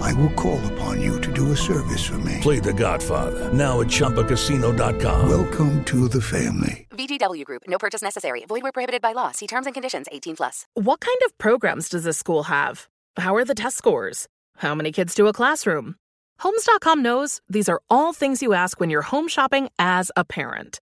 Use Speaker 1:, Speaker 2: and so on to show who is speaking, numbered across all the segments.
Speaker 1: I will call upon you to do a service for me.
Speaker 2: Play the Godfather, now at Chumpacasino.com.
Speaker 1: Welcome to the family.
Speaker 3: VGW Group, no purchase necessary. Void where prohibited by law. See terms and conditions 18 plus.
Speaker 4: What kind of programs does this school have? How are the test scores? How many kids do a classroom? Homes.com knows these are all things you ask when you're home shopping as a parent.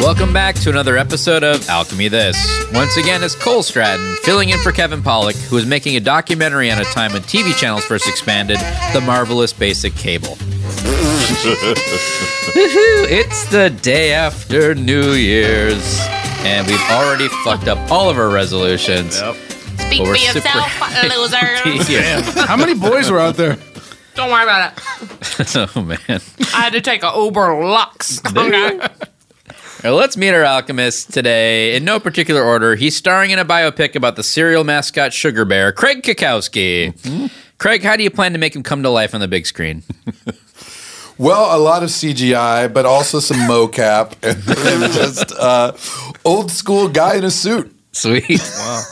Speaker 5: Welcome back to another episode of Alchemy This. Once again, it's Cole Stratton filling in for Kevin Pollock, who is making a documentary on a time when TV channels first expanded the marvelous basic cable. it's the day after New Year's, and we've already fucked up all of our resolutions. Yep.
Speaker 6: Speak for yourself, loser.
Speaker 7: Damn. How many boys were out there?
Speaker 6: Don't worry about it.
Speaker 5: oh, man.
Speaker 6: I had to take a Uber Lux. Okay.
Speaker 5: Well, let's meet our alchemist today in no particular order. He's starring in a biopic about the cereal mascot Sugar Bear, Craig Kakowski. Mm-hmm. Craig, how do you plan to make him come to life on the big screen?
Speaker 8: well, a lot of CGI, but also some mocap and, and just uh, old school guy in a suit.
Speaker 5: Sweet. Wow.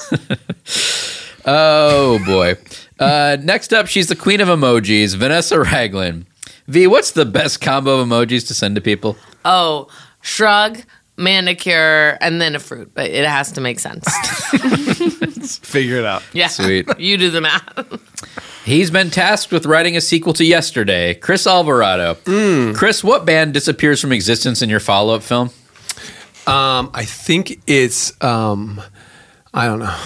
Speaker 5: oh, boy. Uh, next up, she's the queen of emojis, Vanessa Raglan. V, what's the best combo of emojis to send to people?
Speaker 6: Oh, shrug, manicure, and then a fruit. But it has to make sense.
Speaker 7: Figure it out.
Speaker 6: Yeah.
Speaker 5: Sweet.
Speaker 6: You do the math.
Speaker 5: He's been tasked with writing a sequel to Yesterday, Chris Alvarado.
Speaker 7: Mm.
Speaker 5: Chris, what band disappears from existence in your follow up film?
Speaker 7: Um, I think it's, um, I don't know.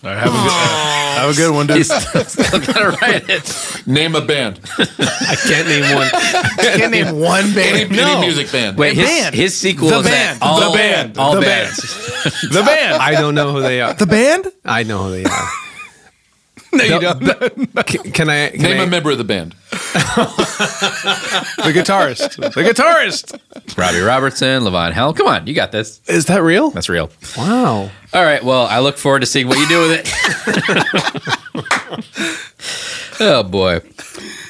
Speaker 7: Right, have, a good, have a good one, dude.
Speaker 5: Still, still gotta write it.
Speaker 8: Name a band.
Speaker 7: I can't name one. I can't name one band.
Speaker 8: Any, no. any music band.
Speaker 5: Wait,
Speaker 7: the
Speaker 5: his,
Speaker 7: band.
Speaker 5: his sequel
Speaker 7: the
Speaker 5: is
Speaker 7: band.
Speaker 5: all,
Speaker 7: the band.
Speaker 5: All
Speaker 7: the
Speaker 5: bands.
Speaker 7: band. the band. I don't know who they are.
Speaker 9: The band?
Speaker 7: I know who they are.
Speaker 10: no, you don't. can, can I can
Speaker 8: Name
Speaker 10: I-
Speaker 8: a member of the band.
Speaker 10: the guitarist. The guitarist.
Speaker 5: Robbie Robertson, Levon Hell. Come on, you got this.
Speaker 10: Is that real?
Speaker 5: That's real.
Speaker 10: Wow.
Speaker 5: All right. Well, I look forward to seeing what you do with it. oh boy,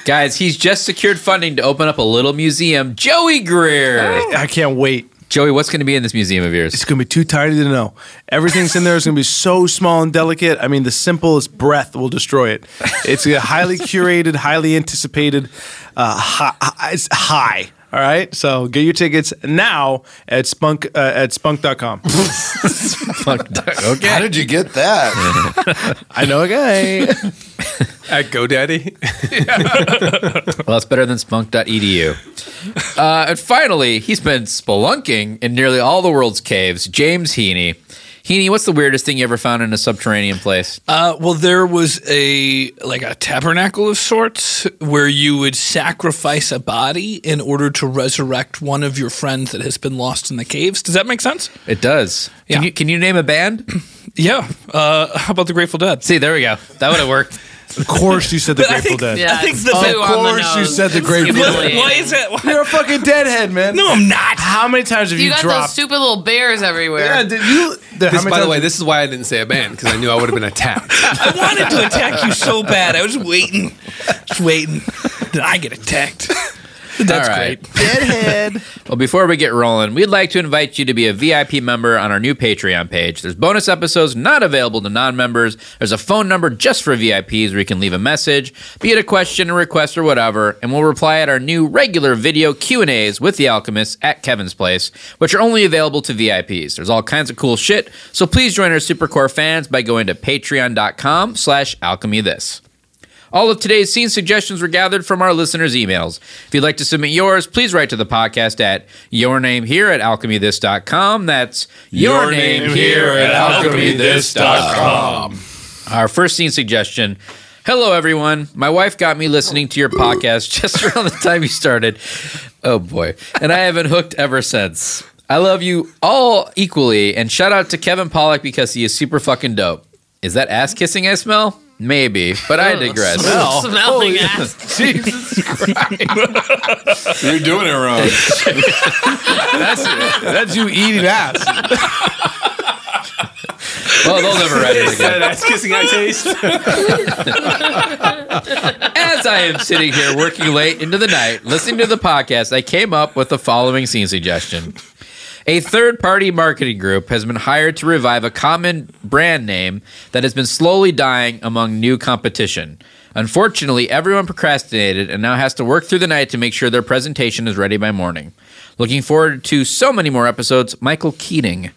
Speaker 5: guys, he's just secured funding to open up a little museum. Joey Greer.
Speaker 11: I can't wait.
Speaker 5: Joey, what's going to be in this museum of yours?
Speaker 11: It's going to be too tiny to know. Everything's in there is going to be so small and delicate. I mean, the simplest breath will destroy it. It's a highly curated, highly anticipated, uh, high, it's high. All right, so get your tickets now at spunk uh, at spunk.com.
Speaker 5: okay.
Speaker 8: How did you get that?
Speaker 11: I know a guy.
Speaker 10: At GoDaddy.
Speaker 5: well, that's better than spunk.edu. E Uh, and finally, he's been spelunking in nearly all the world's caves. James Heaney. Heaney, what's the weirdest thing you ever found in a subterranean place?
Speaker 12: Uh, well, there was a like a tabernacle of sorts where you would sacrifice a body in order to resurrect one of your friends that has been lost in the caves. Does that make sense?
Speaker 5: It does. Can you can you name a band?
Speaker 12: yeah. Uh, how about the Grateful Dead?
Speaker 5: See, there we go. That would have worked.
Speaker 11: Of course, you said the
Speaker 12: But I
Speaker 11: Grateful
Speaker 12: think-
Speaker 11: Dead.
Speaker 12: yeah, I think it's the
Speaker 11: of
Speaker 12: too on the
Speaker 11: course, you
Speaker 12: nose.
Speaker 11: said the
Speaker 12: It's
Speaker 11: Grateful Dead.
Speaker 12: humiliating. Why is that?
Speaker 11: You're a fucking deadhead, man.
Speaker 12: No, I'm not.
Speaker 11: How many times have
Speaker 13: You
Speaker 11: you,
Speaker 13: got
Speaker 11: dropped?
Speaker 13: those stupid little bears everywhere.
Speaker 10: Yeah,
Speaker 11: did you?
Speaker 10: This, by the way, this is why I didn't say a band because I knew I would have been attacked.
Speaker 12: I wanted to attack you so bad. I was waiting, just waiting. Then I get attacked. That's
Speaker 5: All
Speaker 12: great.
Speaker 5: right. Well, before we get rolling, we'd like to invite you to be a VIP member on our new Patreon page. There's bonus episodes not available to non members. There's a phone number just for VIPs where you can leave a message, be it a question, a request, or whatever, and we'll reply at our new regular video Q&As with The Alchemists at Kevin's Place, which are only available to VIPs. There's all kinds of cool shit, so please join our Supercore fans by going to patreon.com slash alchemythis. All of today's scene suggestions were gathered from our listeners' emails. If you'd like to submit yours, please write to the podcast at your name here at alchemythis.com. That's your, name, here at alchemythis.com. Our first scene suggestion. Hello, everyone. My wife got me listening to your podcast just around the time you started. Oh, boy. And I haven't hooked ever since. I love you all equally. And shout out to Kevin Pollock because he is super fucking dope. Is that ass kissing I smell? Maybe, but
Speaker 10: Oh,
Speaker 5: I digress. Oh,
Speaker 13: Smell. Smelling
Speaker 5: Holy-
Speaker 13: ass.
Speaker 5: Jesus Christ.
Speaker 8: You're doing it wrong.
Speaker 5: that's,
Speaker 11: that's you eating ass.
Speaker 5: Well, they'll never write it
Speaker 10: Is that
Speaker 5: again.
Speaker 10: ass kissing I taste?
Speaker 5: As I am sitting here working late into the night, listening to the podcast, I came up with the following scene suggestion. A third party marketing group has been hired to revive a common brand name that has been slowly dying among new competition. Unfortunately, everyone procrastinated and now has to work through the night to make sure their presentation is ready by morning. Looking forward to so many more episodes. Michael Keating.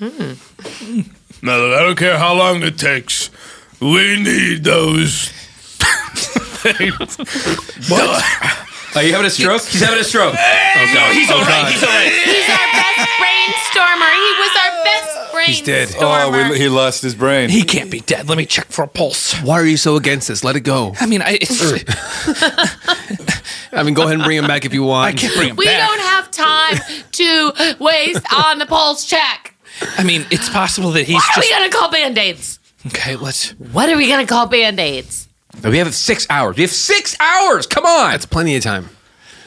Speaker 14: Now, I don't care how long it takes. We need those. what?
Speaker 5: Are you having a stroke? He's having a stroke.
Speaker 14: Oh,
Speaker 5: no,
Speaker 14: he's all right. He's all right.
Speaker 13: He's our best brainstormer. He was our best brainstormer.
Speaker 8: Oh, we, he lost his brain.
Speaker 12: He can't be dead. Let me check for a pulse.
Speaker 10: Why are you so against this? Let it go.
Speaker 12: I mean, I. It's,
Speaker 7: Er.
Speaker 10: I mean, go ahead and bring him back if you want. I
Speaker 12: can't bring him
Speaker 13: We don't have time to waste on the pulse check.
Speaker 12: I mean, it's possible that he's
Speaker 13: what are
Speaker 12: just.
Speaker 13: we gonna call band-aids?
Speaker 12: Okay, let's.
Speaker 13: What are we gonna call band-aids?
Speaker 5: We have six hours. We have six hours. Come on. That's
Speaker 10: plenty of time.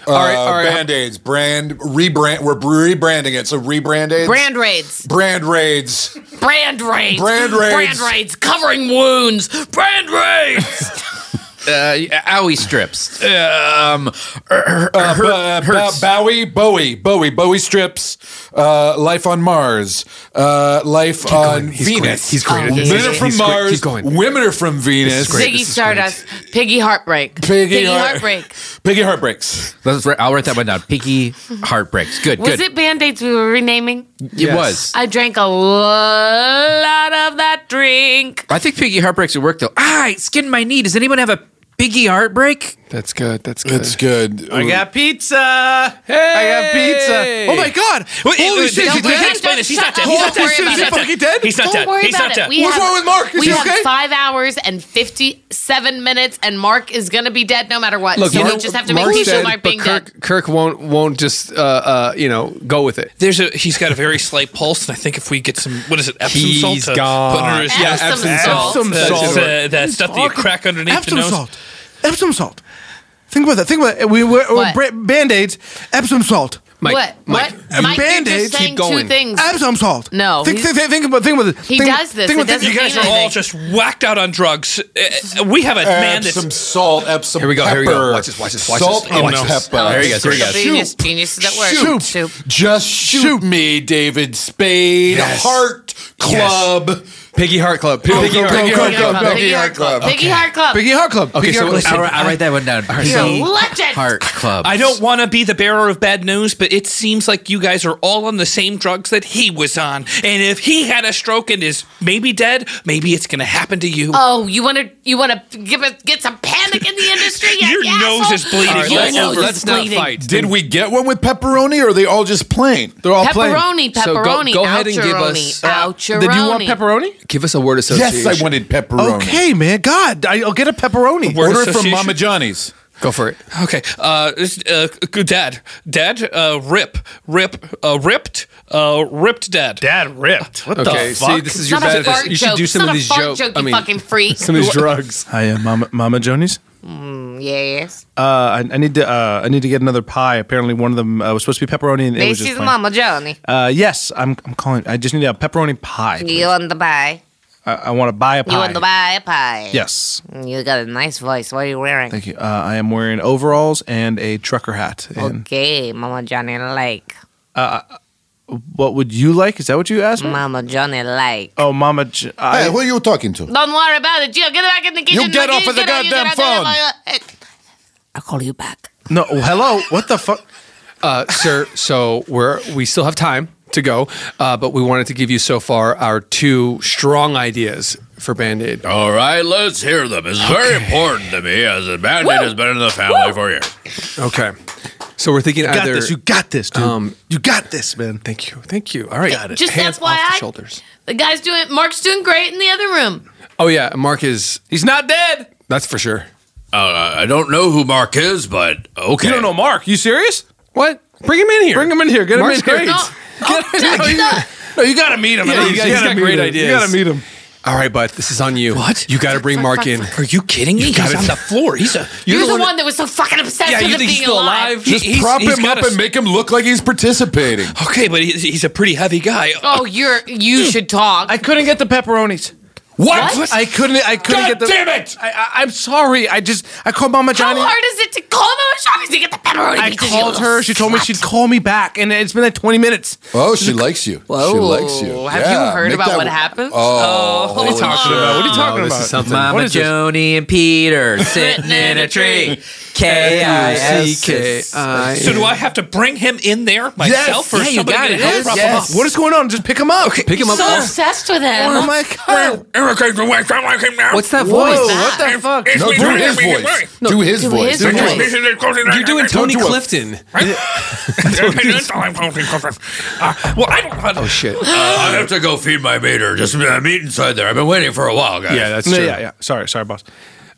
Speaker 8: All right, all right. Band aids, Uh, brand rebrand. We're rebranding it, so rebrand aids,
Speaker 13: Brand raids.
Speaker 8: brand raids.
Speaker 13: Brand raids.
Speaker 8: Brand raids.
Speaker 13: Brand raids. Covering wounds. Brand raids.
Speaker 5: Uh, owie strips. Um, her,
Speaker 8: Uh, b- uh, b- Bowie, Bowie, Bowie, Bowie strips. Uh, life on Mars. Uh, life on Venus.
Speaker 10: He's great at
Speaker 8: Men
Speaker 10: this. He's-
Speaker 8: are from
Speaker 10: he's great.
Speaker 8: Mars.
Speaker 10: Keep going.
Speaker 8: Women are from Venus.
Speaker 13: Ziggy Stardust. Piggy Heartbreak.
Speaker 8: Piggy Heart-
Speaker 13: Heartbreak.
Speaker 8: Piggy heartbreaks.
Speaker 5: Let's, write- I'll write that one down. Piggy heartbreaks. Good,
Speaker 13: Was
Speaker 5: good.
Speaker 13: it band-aids we were renaming?
Speaker 5: It Yes. was.
Speaker 13: I drank a lot of that drink.
Speaker 5: I think piggy heartbreaks would work though. Ah, I skinned my knee. Does anyone have a piggy heartbreak?
Speaker 7: That's good. That's good.
Speaker 8: It's good.
Speaker 11: I got pizza. Hey! I got
Speaker 7: pizza. Oh my god!
Speaker 12: Wait,
Speaker 7: Holy
Speaker 12: wait,
Speaker 7: shit!
Speaker 12: don't-
Speaker 7: He's
Speaker 12: we
Speaker 7: dead.
Speaker 12: can't explain this. He's not dead.
Speaker 7: Holy
Speaker 12: He's not dead.
Speaker 7: shit, Is
Speaker 12: He's
Speaker 7: he
Speaker 12: not dead.
Speaker 7: fucking dead?
Speaker 12: He's not
Speaker 13: Don't
Speaker 12: dead.
Speaker 13: worry
Speaker 12: He's
Speaker 13: about
Speaker 12: not
Speaker 13: it.
Speaker 12: dead.
Speaker 13: We
Speaker 7: What's
Speaker 13: have,
Speaker 7: wrong with Mark? Is
Speaker 13: We
Speaker 7: he
Speaker 13: have
Speaker 7: okay?
Speaker 13: five hours and fifty-seven minutes, and Mark is going to be dead no matter what. so we just have to make
Speaker 7: Mark's
Speaker 13: peace with
Speaker 7: dead,
Speaker 13: Mark
Speaker 7: but
Speaker 13: being
Speaker 7: Kirk,
Speaker 13: dead.
Speaker 7: Kirk won't won't just uh, uh, you know go with it.
Speaker 12: There's a he's got a very slight pulse, and I think if we get some what is it Epsom
Speaker 7: He's
Speaker 12: salt to
Speaker 7: gone.
Speaker 12: put under his
Speaker 7: Yeah, Epsom salt. Epsom
Speaker 12: That's,
Speaker 7: salt.
Speaker 12: uh, that stuff that you crack underneath
Speaker 11: Epsom
Speaker 12: the nose.
Speaker 11: salt. Epsom salt. Think about that. Think about it. We were
Speaker 13: What?
Speaker 11: band aids. Epsom salt.
Speaker 13: Mike, What? Mike, What? Mike, you're
Speaker 11: band aids.
Speaker 13: just saying Keep going. two things.
Speaker 11: Epsom salt.
Speaker 13: No,
Speaker 11: Think,
Speaker 13: he's-
Speaker 11: think, think about. Think about this.
Speaker 13: He
Speaker 11: think,
Speaker 13: does this. It doesn't
Speaker 12: You guys
Speaker 13: mean
Speaker 12: are all
Speaker 13: anything.
Speaker 12: just whacked out on drugs. Uh, we have a man that's
Speaker 8: Some salt, Epsom
Speaker 7: Here we go, here we go.
Speaker 8: pepper.
Speaker 7: Watch this, watch this, watch
Speaker 8: salt
Speaker 7: this.
Speaker 8: and
Speaker 7: Watch this.
Speaker 8: pepper.
Speaker 7: Oh, here he goes, here he goes.
Speaker 8: Shoot.
Speaker 13: Genius, genius is at work.
Speaker 8: Shoot. Just shoot, me, David Spade.
Speaker 7: Yes.
Speaker 8: Heart Club.
Speaker 7: Piggy Heart Club.
Speaker 8: Go,
Speaker 7: Piggy
Speaker 8: go,
Speaker 7: Heart
Speaker 8: go,
Speaker 7: Piggy
Speaker 8: go,
Speaker 7: Heart
Speaker 8: go,
Speaker 7: Club.
Speaker 8: go,
Speaker 7: Piggy
Speaker 8: go.
Speaker 7: Heart Club.
Speaker 13: Piggy Heart Club.
Speaker 7: Piggy Heart Club.
Speaker 13: Piggy Heart Club.
Speaker 7: I'll, I'll write that one down.
Speaker 13: He's a legend.
Speaker 7: Club.
Speaker 12: I don't want to be the bearer of bad news, but it seems like you guys are all on the same drugs that he was on. And if he had a stroke and is maybe dead, maybe it's going to happen to you.
Speaker 13: Oh, you want to you want to give us get some panic in the industry? You
Speaker 12: Your nose is bleeding.
Speaker 13: Your
Speaker 12: Let's-
Speaker 13: nose is
Speaker 12: let's not
Speaker 13: bleeding.
Speaker 12: fight.
Speaker 8: Did we get one with pepperoni or are they all just plain?
Speaker 7: They're all plain.
Speaker 13: Pepperoni,
Speaker 7: So go-
Speaker 13: pepperoni,
Speaker 7: go ahead and give us, uh,
Speaker 13: oucheroni, oucheroni.
Speaker 7: Did you want pepperoni? Give us a word association.
Speaker 8: Yes, I wanted pepperoni.
Speaker 11: Okay, man. God, I- I'll get a pepperoni.
Speaker 12: Word
Speaker 8: Order it from
Speaker 12: association?
Speaker 8: Mama Johnny's.
Speaker 7: Go for it.
Speaker 12: Okay. Uh, it's, uh, good dad. Dad, uh, rip. Rip. Uh, ripped. Uh, ripped dad. Dad ripped.
Speaker 11: What
Speaker 7: Okay,
Speaker 11: the
Speaker 7: see,
Speaker 11: fuck?
Speaker 7: this
Speaker 13: It's
Speaker 7: is your
Speaker 13: not a
Speaker 7: bad.
Speaker 13: fart
Speaker 7: You should
Speaker 13: joke.
Speaker 7: do
Speaker 13: It's
Speaker 7: some
Speaker 13: not
Speaker 7: of
Speaker 13: a
Speaker 7: these
Speaker 13: fart
Speaker 7: jokes.
Speaker 13: joke,
Speaker 7: I
Speaker 13: you
Speaker 7: mean,
Speaker 13: fucking freak.
Speaker 7: Some of these drugs.
Speaker 11: Hi, uh, Mama, Mama Jonies.
Speaker 13: Mm, yes.
Speaker 11: Uh, I, I need to. Uh, I need to get another pie. Apparently, one of them uh, was supposed to be pepperoni, and it
Speaker 13: This
Speaker 11: was just
Speaker 13: is
Speaker 11: plain.
Speaker 13: Mama Johnny.
Speaker 11: Uh, yes, I'm. I'm calling. I just need a pepperoni pie.
Speaker 13: You want to buy?
Speaker 11: I, I want to buy a pie.
Speaker 13: You want to buy a pie? Mm,
Speaker 11: Yes.
Speaker 13: You got a nice voice. What are you wearing?
Speaker 11: Thank you. Uh, I am wearing overalls and a trucker hat.
Speaker 13: Oh.
Speaker 11: And
Speaker 13: Okay, Mama Johnny like.
Speaker 11: uh, what would you like? Is that what you asked me?
Speaker 13: Mama Johnny like.
Speaker 11: Oh, Mama. J- I,
Speaker 8: Hey, who are you talking to?
Speaker 13: Don't worry about it. You get back in the kitchen.
Speaker 8: get
Speaker 13: Like,
Speaker 8: off of the
Speaker 13: out, you
Speaker 8: goddamn
Speaker 13: get out, you get out.
Speaker 7: I'll call you back.
Speaker 11: No, hello. What the fuck?
Speaker 7: Uh, sir, so we're we still have time to go, uh, but we wanted to give you so far our two strong ideas for Band Aid.
Speaker 14: All right, let's hear them. It's very important to me as a band
Speaker 7: Woo!
Speaker 14: aid has been in the family for years.
Speaker 7: Okay. So we're thinking
Speaker 11: You got
Speaker 7: either um,
Speaker 11: this. You got this, dude. you got this, man.
Speaker 7: Thank you. Thank you. All right. Got
Speaker 13: Just
Speaker 7: Hands
Speaker 13: FYI.
Speaker 7: off the shoulders.
Speaker 13: The guy's doing. Mark's doing great in the other room.
Speaker 7: Oh yeah, Mark is
Speaker 11: He's not dead.
Speaker 7: That's for sure.
Speaker 14: Uh, I don't know who Mark is, but okay.
Speaker 11: You don't know Mark. You serious?
Speaker 7: What? Bring him in here.
Speaker 11: Bring him in here. Get
Speaker 7: Mark's
Speaker 11: him in here.
Speaker 7: great.
Speaker 14: No, you gotta meet him.
Speaker 7: Yeah,
Speaker 14: at
Speaker 7: you
Speaker 14: least.
Speaker 7: got,
Speaker 14: You
Speaker 7: he's
Speaker 14: gotta
Speaker 7: got
Speaker 14: meet
Speaker 7: great
Speaker 14: him.
Speaker 7: ideas.
Speaker 14: You gotta meet
Speaker 11: him.
Speaker 7: All right, but this is on you. What? You got to bring Mark in.
Speaker 12: Are you kidding me?
Speaker 7: You
Speaker 12: He's
Speaker 7: gotta-
Speaker 12: on the floor. He's a.
Speaker 13: You're,
Speaker 7: You're
Speaker 13: the,
Speaker 7: the
Speaker 13: one that was so fucking obsessed
Speaker 12: Yeah,
Speaker 13: with
Speaker 12: you
Speaker 13: him
Speaker 12: think he's
Speaker 13: being
Speaker 12: still
Speaker 13: alive.
Speaker 12: alive?
Speaker 8: Just
Speaker 12: He- he's-
Speaker 8: prop
Speaker 12: he's
Speaker 8: him
Speaker 12: got
Speaker 8: up
Speaker 12: a-
Speaker 8: and make him look like he's participating.
Speaker 12: Okay, but he's, he's a pretty heavy guy.
Speaker 13: Oh, you're. You should talk.
Speaker 11: I couldn't get the pepperonis.
Speaker 12: What? What?
Speaker 11: I couldn't. I couldn't
Speaker 12: God
Speaker 11: get the.
Speaker 12: damn it!
Speaker 11: I, I, I'm sorry. I just. I called Mama
Speaker 13: How
Speaker 11: Johnny.
Speaker 13: hard is it to call Mama Johnny to get the pepperoni?
Speaker 11: I
Speaker 13: pizza, you
Speaker 11: called
Speaker 13: little
Speaker 11: her. She told me
Speaker 13: slut?
Speaker 11: she'd call me back, and it's been like 20 minutes.
Speaker 8: Oh, she likes you. She
Speaker 13: Whoa.
Speaker 8: likes you.
Speaker 13: Have
Speaker 8: Yeah,
Speaker 13: you heard
Speaker 8: make
Speaker 13: about
Speaker 8: that-
Speaker 13: what happened?
Speaker 8: Oh,
Speaker 13: what are you talking
Speaker 11: about? What are you talking
Speaker 7: this
Speaker 11: about?
Speaker 7: is something.
Speaker 5: Mama
Speaker 11: What is this?
Speaker 5: Joni and Peter sitting in a tree. K I S K.
Speaker 7: I.
Speaker 12: So do I have to bring him in there myself, or
Speaker 5: Yeah, you
Speaker 12: somebody
Speaker 5: got
Speaker 12: gonna
Speaker 5: it.
Speaker 12: help
Speaker 5: Yes,
Speaker 12: prop him
Speaker 5: yes.
Speaker 12: up?
Speaker 11: What is going on? Just pick him up.
Speaker 7: Pick him up.
Speaker 13: So
Speaker 7: off-
Speaker 13: obsessed with him.
Speaker 11: Oh my god.
Speaker 7: What's that voice?
Speaker 13: Whoa, what the
Speaker 7: fuck?
Speaker 8: No, do his voice. Do his
Speaker 13: do
Speaker 8: voice.
Speaker 13: his voice.
Speaker 7: You're doing Tony
Speaker 8: do a-
Speaker 7: Clifton.
Speaker 14: Uh, well, I don't know. how to-
Speaker 7: Oh shit.
Speaker 14: Uh, I have to go feed my mater. Just uh, meet inside there. I've been waiting for a while, guys.
Speaker 7: Yeah, that's
Speaker 11: No,
Speaker 7: true.
Speaker 11: Oh, yeah, yeah. Sorry, sorry, boss.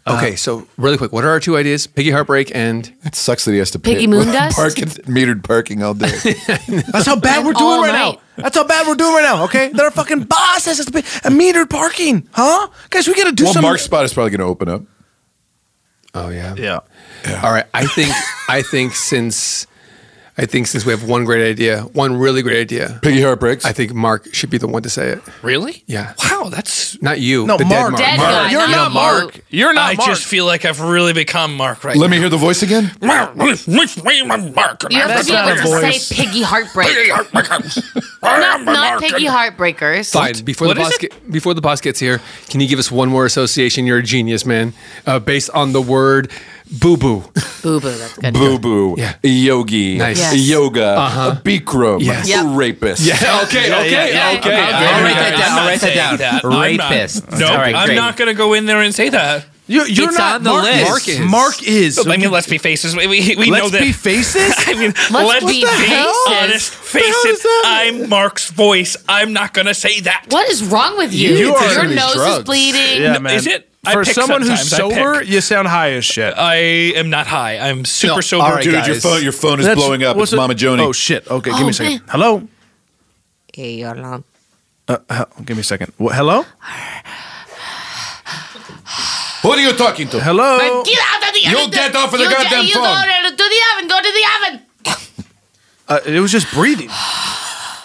Speaker 11: Uh,
Speaker 7: Okay, so really quick, what are our two ideas? Piggy heartbreak and
Speaker 8: It sucks that he has to
Speaker 13: Piggy
Speaker 8: pay-
Speaker 13: moon dust?
Speaker 8: park at metered parking all day.
Speaker 11: That's how bad we're doing
Speaker 13: all
Speaker 11: right
Speaker 13: night.
Speaker 11: now. That's how bad we're doing right now. Okay, that our fucking boss has us to pay a metered parking, huh? Guys, we gotta do
Speaker 8: well,
Speaker 11: something.
Speaker 8: Mark's spot is probably going to open up.
Speaker 7: oh yeah.
Speaker 11: yeah.
Speaker 7: All right, I think I think since I think since we have one great idea, one really great idea,
Speaker 8: Piggy heartbreaks.
Speaker 7: I think Mark should be the one to say it.
Speaker 12: Really?
Speaker 7: Yeah,
Speaker 12: Wow, that's.
Speaker 7: not you.
Speaker 11: Oh, No,
Speaker 7: the
Speaker 11: Mark.
Speaker 13: Dead
Speaker 7: Dead Mark.
Speaker 13: guy,
Speaker 11: You're
Speaker 13: not
Speaker 11: not
Speaker 13: you.
Speaker 11: Mark. You're not
Speaker 12: I
Speaker 11: Mark.
Speaker 12: just feel like I've really become Mark right
Speaker 8: Let me hear the voice again.
Speaker 14: Well, this- this way I'm Mark.
Speaker 13: You have
Speaker 11: That's
Speaker 13: to be
Speaker 11: not a
Speaker 13: able to
Speaker 11: voice.
Speaker 13: say piggy heartbreak.
Speaker 14: Not,
Speaker 13: not not piggy heartbreakers.
Speaker 7: Fine. Before
Speaker 12: What
Speaker 7: the
Speaker 12: is
Speaker 7: boss
Speaker 12: it?
Speaker 7: get, before the boss gets here, can you give us one more association? You're a genius, man. Uh, based on the word boo boo.
Speaker 13: Boo boo. That's good.
Speaker 8: Boo boo.
Speaker 7: Yeah.
Speaker 8: Yogi.
Speaker 7: Nice.
Speaker 13: Yes.
Speaker 8: Yoga.
Speaker 7: Uh-huh.
Speaker 8: Bikram.
Speaker 7: Yes.
Speaker 13: Yep.
Speaker 8: Rapist.
Speaker 7: Okay.
Speaker 12: Yeah, yeah, yeah,
Speaker 7: okay.
Speaker 12: yeah. Okay.
Speaker 7: All
Speaker 5: I'll
Speaker 7: right.
Speaker 5: write that down.
Speaker 12: I'm
Speaker 5: I'll
Speaker 12: not
Speaker 5: write that
Speaker 12: saying
Speaker 5: down.
Speaker 12: that. I'm not.
Speaker 5: Rapist.
Speaker 12: Nope,
Speaker 5: All right,
Speaker 12: I'm
Speaker 5: great.
Speaker 12: not going to go in there and say that.
Speaker 11: You're, you're
Speaker 12: It's
Speaker 11: not
Speaker 12: on the
Speaker 11: Mark
Speaker 12: list.
Speaker 11: Is. Mark is.
Speaker 12: I mean, let's be faces. We, we, we
Speaker 11: Let's
Speaker 12: know that.
Speaker 11: be faces?
Speaker 12: I mean, let's,
Speaker 11: Let's be
Speaker 12: be
Speaker 11: faces?
Speaker 12: honest. Face it. I'm Mark's voice. I'm not going to say that.
Speaker 13: What is wrong with you?
Speaker 12: You are-
Speaker 13: Your
Speaker 12: Too many
Speaker 13: nose
Speaker 12: drugs.
Speaker 13: is bleeding.
Speaker 12: Yeah, man. Is it? I
Speaker 11: For
Speaker 12: pick
Speaker 11: someone who's
Speaker 12: sometimes, I
Speaker 11: sober,
Speaker 12: pick.
Speaker 11: you sound high as shit.
Speaker 12: I am not high. I'm super sober.
Speaker 8: Uh, Dude, your phone your phone is blowing up. It's Mama Joni.
Speaker 11: Oh shit. Okay, give me
Speaker 12: Oh,
Speaker 11: a second.
Speaker 12: man.
Speaker 11: Hello.
Speaker 13: Hey, your mom.
Speaker 11: Uh, he- give me a second. What, hello.
Speaker 8: Who are you talking to?
Speaker 11: Hello.
Speaker 13: But get out of the
Speaker 8: You
Speaker 13: oven.
Speaker 8: get off of the
Speaker 13: You
Speaker 8: goddamn
Speaker 13: you
Speaker 8: phone.
Speaker 13: Go to the oven. Go to the oven.
Speaker 11: Uh, it was just breathing.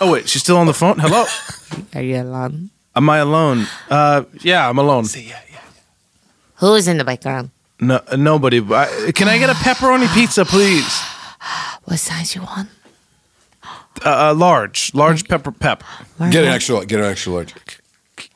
Speaker 11: Oh wait, she's still on the phone. Hello.
Speaker 13: Are you alone?
Speaker 11: Am I alone? Uh, yeah, I'm alone.
Speaker 13: Who's in the background?
Speaker 11: No, nobody. I, can I get a pepperoni pizza, please?
Speaker 13: What size you want?
Speaker 11: Uh, uh, large, large pepper pep.
Speaker 8: Get an extra get an extra large.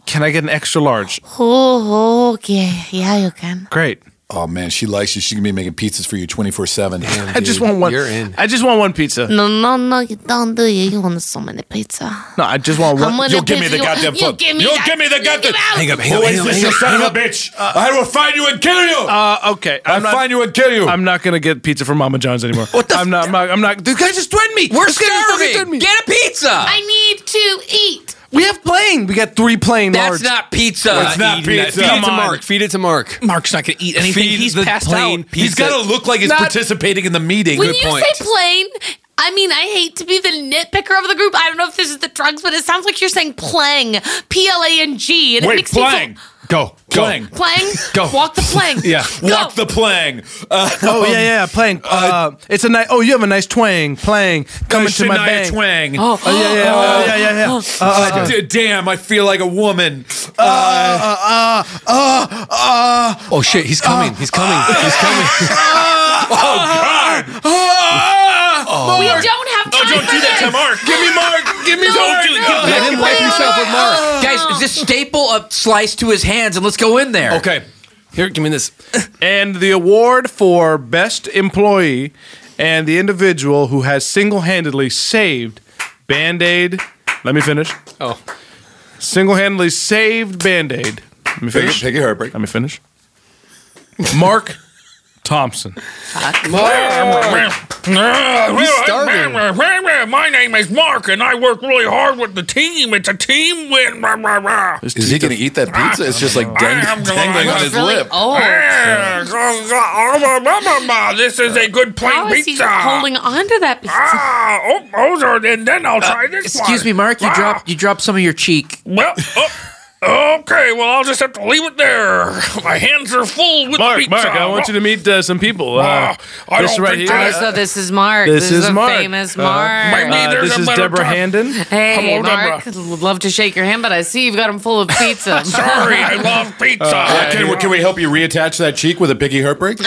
Speaker 11: Can I get an extra large?
Speaker 13: Oh, okay. Yeah, you can.
Speaker 11: Great.
Speaker 8: Oh man, she likes you. She can be making pizzas for you twenty four seven.
Speaker 11: I just want one. I just want one pizza.
Speaker 13: No, no, no, you don't do it. You want so many pizza.
Speaker 11: No, I just want
Speaker 13: I'm gonna
Speaker 11: one.
Speaker 8: You'll give me
Speaker 13: piss
Speaker 8: the
Speaker 13: you off.
Speaker 8: goddamn
Speaker 13: You
Speaker 8: phone.
Speaker 13: give me
Speaker 8: You'll
Speaker 13: that-
Speaker 8: give me the goddamn. Hang
Speaker 11: up, hang up,
Speaker 8: Who
Speaker 11: hang
Speaker 8: is
Speaker 11: up,
Speaker 8: this,
Speaker 11: hang
Speaker 8: you
Speaker 11: up,
Speaker 8: son
Speaker 11: hang
Speaker 8: of a bitch? I will find you and kill you.
Speaker 11: Uh, okay. I'm
Speaker 8: I'll find you and kill you.
Speaker 11: I'm not gonna get pizza from Mama John's anymore. what the? I'm not. I'm not. I'm not this guy just threatened me.
Speaker 5: We're
Speaker 11: This guy just fucking threatened
Speaker 5: starving.
Speaker 11: me.
Speaker 5: Get a pizza.
Speaker 13: I need to eat.
Speaker 11: We have plain. We got three plain.
Speaker 5: That's
Speaker 11: large.
Speaker 5: not pizza.
Speaker 10: It's not
Speaker 5: Eden.
Speaker 10: pizza. Feed it to Mark. Feed it to Mark.
Speaker 12: Mark's not going to eat anything.
Speaker 10: Feed
Speaker 12: He's
Speaker 10: the
Speaker 12: passed
Speaker 10: plain
Speaker 12: out.
Speaker 10: pizza. He's gotta
Speaker 8: look like he's
Speaker 13: Not-
Speaker 8: participating in the meeting.
Speaker 13: When you say plain, I mean, I hate to be the nitpicker of the group. I don't know if this is the drugs, but it sounds like you're saying plang, P L A N G. And it makes me
Speaker 10: Go. Go.
Speaker 8: Plang.
Speaker 13: feel. Plang?
Speaker 10: Go.
Speaker 13: Walk the plank.
Speaker 10: Yeah.
Speaker 8: Walk the plang. Uh,
Speaker 11: Oh yeah, yeah, playing. Uh, it's a nice. Oh, you have a nice twang playing. Coming to my
Speaker 8: Shania
Speaker 11: bang.
Speaker 8: Twang.
Speaker 11: Oh, oh, yeah, yeah, oh, yeah, yeah, yeah. Uh, uh,
Speaker 8: D- damn, I feel like a woman.
Speaker 11: uh, uh,
Speaker 8: Ah!
Speaker 11: uh, uh,
Speaker 10: Oh shit, he's coming. He's coming. He's coming.
Speaker 8: oh God!
Speaker 13: Oh, we don't have time
Speaker 14: don't
Speaker 13: for
Speaker 14: do that
Speaker 13: this.
Speaker 14: to Mark.
Speaker 8: Give me Mark. Give me
Speaker 13: No,
Speaker 8: Mark.
Speaker 13: do Oh. it. Get back in the car.
Speaker 5: Guys, just staple a slice to his hands and let's go in there.
Speaker 10: Okay. Here, give me this.
Speaker 11: and the award for best employee and the individual who has single-handedly saved Band Aid. Let me finish.
Speaker 10: Oh.
Speaker 11: Single-handedly saved Band Aid. Let me finish.
Speaker 8: Take your heartbreak.
Speaker 11: Let me finish. Mark Thompson.
Speaker 10: starving.
Speaker 14: My name is Mark, and I work really hard with the team. It's a team win. Rah, rah, rah.
Speaker 8: Is he gonna eat that pizza? It's just like
Speaker 14: I am
Speaker 8: dang,
Speaker 14: gonna-
Speaker 8: dangling on his
Speaker 13: Really?
Speaker 8: lip.
Speaker 13: Oh.
Speaker 14: Yeah, go, go, oh, blah, blah, blah, blah. This is a good plain
Speaker 13: How is he
Speaker 14: pizza.
Speaker 13: holding on to that pizza?
Speaker 14: Ah, oh, those are, and then I'll try this one.
Speaker 5: Uh, Excuse me, Mark. You
Speaker 14: Ah,
Speaker 5: dropped you dropped some of your cheek.
Speaker 14: Well, oh, okay, well, I'll just have to leave it there. My hands are full with
Speaker 11: Mark,
Speaker 14: pizza.
Speaker 11: Mark, I want you to meet uh, some people. Uh,
Speaker 14: Wow. I
Speaker 11: this
Speaker 14: don't
Speaker 11: right
Speaker 14: think
Speaker 11: here. uh,
Speaker 14: I-
Speaker 13: Oh, so this is Mark.
Speaker 11: This is
Speaker 13: the
Speaker 11: Mark.
Speaker 13: famous
Speaker 11: Uh,
Speaker 13: Mark.
Speaker 14: my name-
Speaker 11: Uh,
Speaker 14: There's
Speaker 11: this
Speaker 14: a
Speaker 11: is
Speaker 14: better
Speaker 11: Deborah
Speaker 14: time.
Speaker 11: Handon.
Speaker 13: Hey,
Speaker 14: Hello,
Speaker 13: Mark. Love to shake your hand, but I see you've got him full of pizza.
Speaker 14: Sorry, I love pizza.
Speaker 8: Uh, can, can we help you reattach that cheek with a picky heartbreak?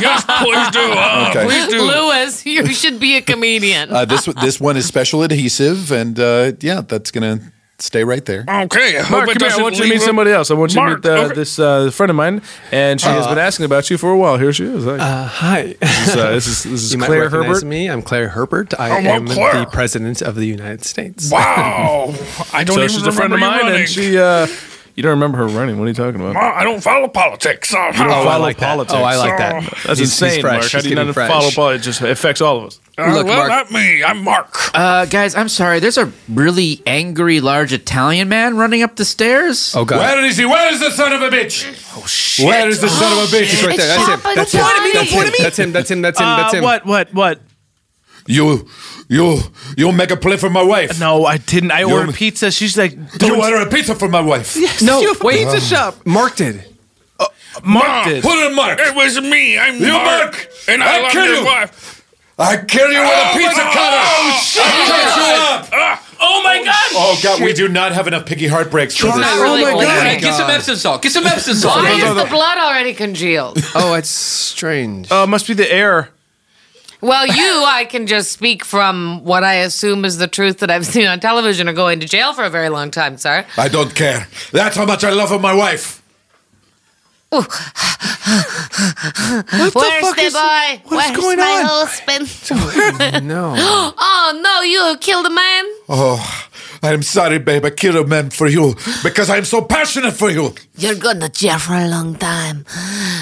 Speaker 14: yes, please do. Uh,
Speaker 8: Okay.
Speaker 14: Please do.
Speaker 13: Lewis, you should be a comedian.
Speaker 8: Uh, this this one is special adhesive, and uh, yeah, that's gonna stay right there.
Speaker 14: Okay, I hope
Speaker 11: Mark,
Speaker 14: it
Speaker 11: come here. I
Speaker 14: doesn't
Speaker 11: want you to
Speaker 14: leave
Speaker 11: meet
Speaker 14: a-
Speaker 11: somebody else. I want you
Speaker 14: Mark,
Speaker 11: to meet uh,
Speaker 14: okay.
Speaker 11: this uh, friend of mine, and she has been asking about you for a while. Here she is. Hi.
Speaker 10: Uh, hi.
Speaker 11: this is, uh, this is, this is
Speaker 10: You might
Speaker 11: Claire
Speaker 10: recognize
Speaker 11: Herbert.
Speaker 10: me. I'm Claire Herbert. I
Speaker 7: Oh,
Speaker 14: Hello,
Speaker 10: am
Speaker 14: Claire.
Speaker 10: the president of the United States.
Speaker 14: Wow, I don't
Speaker 11: So
Speaker 14: even
Speaker 11: she's
Speaker 14: remember
Speaker 11: a friend of
Speaker 14: you
Speaker 11: mine,
Speaker 14: running.
Speaker 11: and she. Uh, you don't remember her running? What are you talking about?
Speaker 14: Well, I don't follow politics. Uh,
Speaker 10: Oh,
Speaker 14: how-
Speaker 10: I
Speaker 11: follow
Speaker 10: like
Speaker 11: politics.
Speaker 10: that. Oh, I like that.
Speaker 11: That's
Speaker 10: He's- he's
Speaker 11: insane,
Speaker 10: fresh.
Speaker 11: Mark. How
Speaker 10: He's
Speaker 11: do you
Speaker 10: getting
Speaker 11: not
Speaker 10: fresh.
Speaker 11: follow Paul? It just affects all of us.
Speaker 14: Uh,
Speaker 10: Look,
Speaker 14: well,
Speaker 10: Mark.
Speaker 14: not me. I'm Mark.
Speaker 5: Uh, guys, I'm sorry. There's a really angry, large Italian man running up the stairs.
Speaker 10: Oh god.
Speaker 8: Where is he? Where is the son of a bitch? Oh shit! Where is the son of a bitch?
Speaker 10: He's right there. That's him.
Speaker 13: Papa
Speaker 10: That's him.
Speaker 13: Johnny. Don't
Speaker 10: That's
Speaker 13: point
Speaker 10: him. That's him. That's him. That's him. That's him.
Speaker 11: Uh, What? What?
Speaker 8: You, you, you make a play for my wife.
Speaker 11: No, I didn't. I
Speaker 8: You're-
Speaker 11: ordered pizza. She's like,
Speaker 8: You order a pizza for my wife. Uh-huh.
Speaker 10: No, wait. Pizza shop. Mark did.
Speaker 11: Uh, Mark did.
Speaker 8: Ah, Put it in Mark.
Speaker 14: It was me. I'm
Speaker 8: You,
Speaker 14: Mark,
Speaker 8: Mark.
Speaker 14: and I,
Speaker 8: I
Speaker 14: love
Speaker 8: kill
Speaker 14: your
Speaker 8: you.
Speaker 14: wife.
Speaker 8: I kill you with a pizza cutter. Oh shit! I cut you up.
Speaker 14: Oh my God!
Speaker 8: Oh god, we do not have enough picky heartbreaks for
Speaker 13: not
Speaker 8: this.
Speaker 13: really
Speaker 10: Oh, my
Speaker 13: old.
Speaker 10: God.
Speaker 5: Hey, get some Epsom salt. Get some Epsom salt.
Speaker 13: Why is the blood already congealed?
Speaker 10: Oh, it's strange.
Speaker 11: Uh, must be the air.
Speaker 13: Well, you, I can just speak from what I assume is the truth that I've seen on television are going to jail for a very long time, sir.
Speaker 8: I don't care. That's how much I love my wife.
Speaker 13: Where's the boy?
Speaker 11: what is
Speaker 13: Where's
Speaker 11: going
Speaker 13: my
Speaker 11: on?
Speaker 13: husband?
Speaker 10: no.
Speaker 13: oh, no, you killed a man?
Speaker 8: Oh, I'm sorry, babe. I killed a man for you because I'm so passionate for you.
Speaker 6: You're gonna jail for a long time.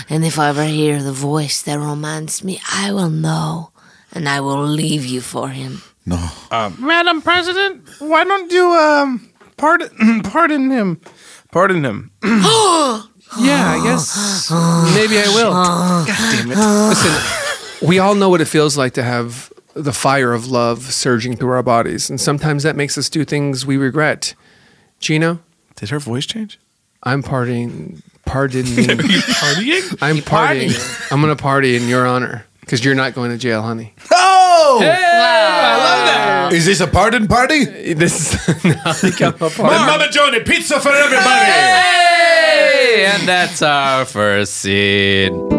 Speaker 6: And if I ever hear the voice that romanced me, I will know. And I will leave you for him.
Speaker 8: No.
Speaker 11: Um, Madam President, why don't you um pardon pardon him? Pardon him.
Speaker 10: yeah, I guess maybe I will. God damn it! Listen, we all know what it feels like to have the fire of love surging through our bodies, and sometimes that makes us do things we regret. Gino,
Speaker 11: did her voice change?
Speaker 10: I'm partying. Pardon me.
Speaker 11: Partying?
Speaker 10: I'm partying. I'm gonna party in your honor because you're not going to jail, honey.
Speaker 8: Oh!
Speaker 10: I love that.
Speaker 8: Is this a pardon party?
Speaker 10: This is not a party.
Speaker 8: My Mama Johnny, pizza for everybody.
Speaker 5: Hey! And that's our first scene.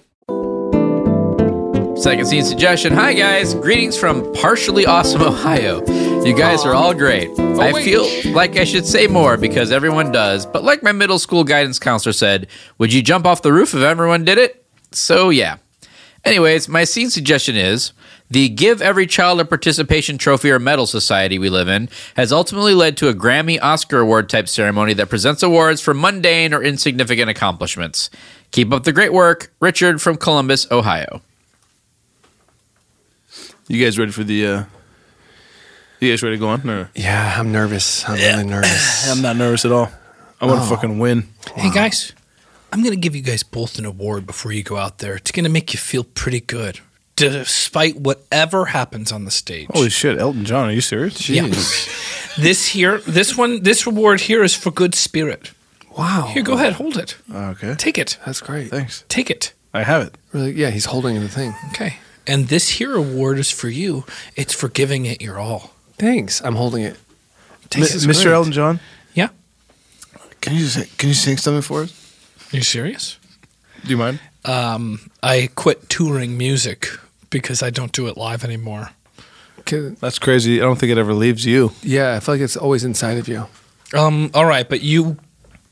Speaker 5: Second scene suggestion. Hi guys, greetings from partially awesome Ohio. You guys are all great. I feel like I should say more because everyone does, but like my middle school guidance counselor said, would you jump off the roof if everyone did it? So yeah. Anyways, my scene suggestion is the Give Every Child a Participation Trophy or Medal Society we live in has ultimately led to a Grammy Oscar Award type ceremony that presents awards for mundane or insignificant accomplishments. Keep up the great work. Richard from Columbus, Ohio.
Speaker 15: You guys ready for the uh,
Speaker 11: You guys ready to go on? No.
Speaker 10: Yeah, I'm nervous. I'm really nervous.
Speaker 11: I'm not nervous at all. I want to
Speaker 12: Oh.
Speaker 11: fucking win.
Speaker 12: Hey guys, I'm gonna give you guys both an award before you go out there. It's gonna make you feel pretty good, despite whatever happens on the stage.
Speaker 11: Holy shit, Elton John, are you serious?
Speaker 12: Yeah. this here, this one, this reward here is for good spirit.
Speaker 10: Wow.
Speaker 12: Here, go ahead, hold it.
Speaker 11: Okay.
Speaker 12: Take it.
Speaker 10: That's great.
Speaker 11: Thanks.
Speaker 12: Take it.
Speaker 11: I have it.
Speaker 10: Really? Yeah, he's holding the thing.
Speaker 12: Okay. And this here award is for you. It's for giving it your all.
Speaker 10: Thanks. I'm holding it.
Speaker 11: Mi- Mr. Elton John?
Speaker 12: Yeah.
Speaker 11: Can you say, can you sing something for us?
Speaker 12: Are you serious?
Speaker 11: Do you mind?
Speaker 12: Um, I quit touring music because I don't do it live anymore.
Speaker 11: That's crazy. I don't think it ever leaves you.
Speaker 10: Yeah, I feel like it's always inside of you.
Speaker 12: Um, all right, but you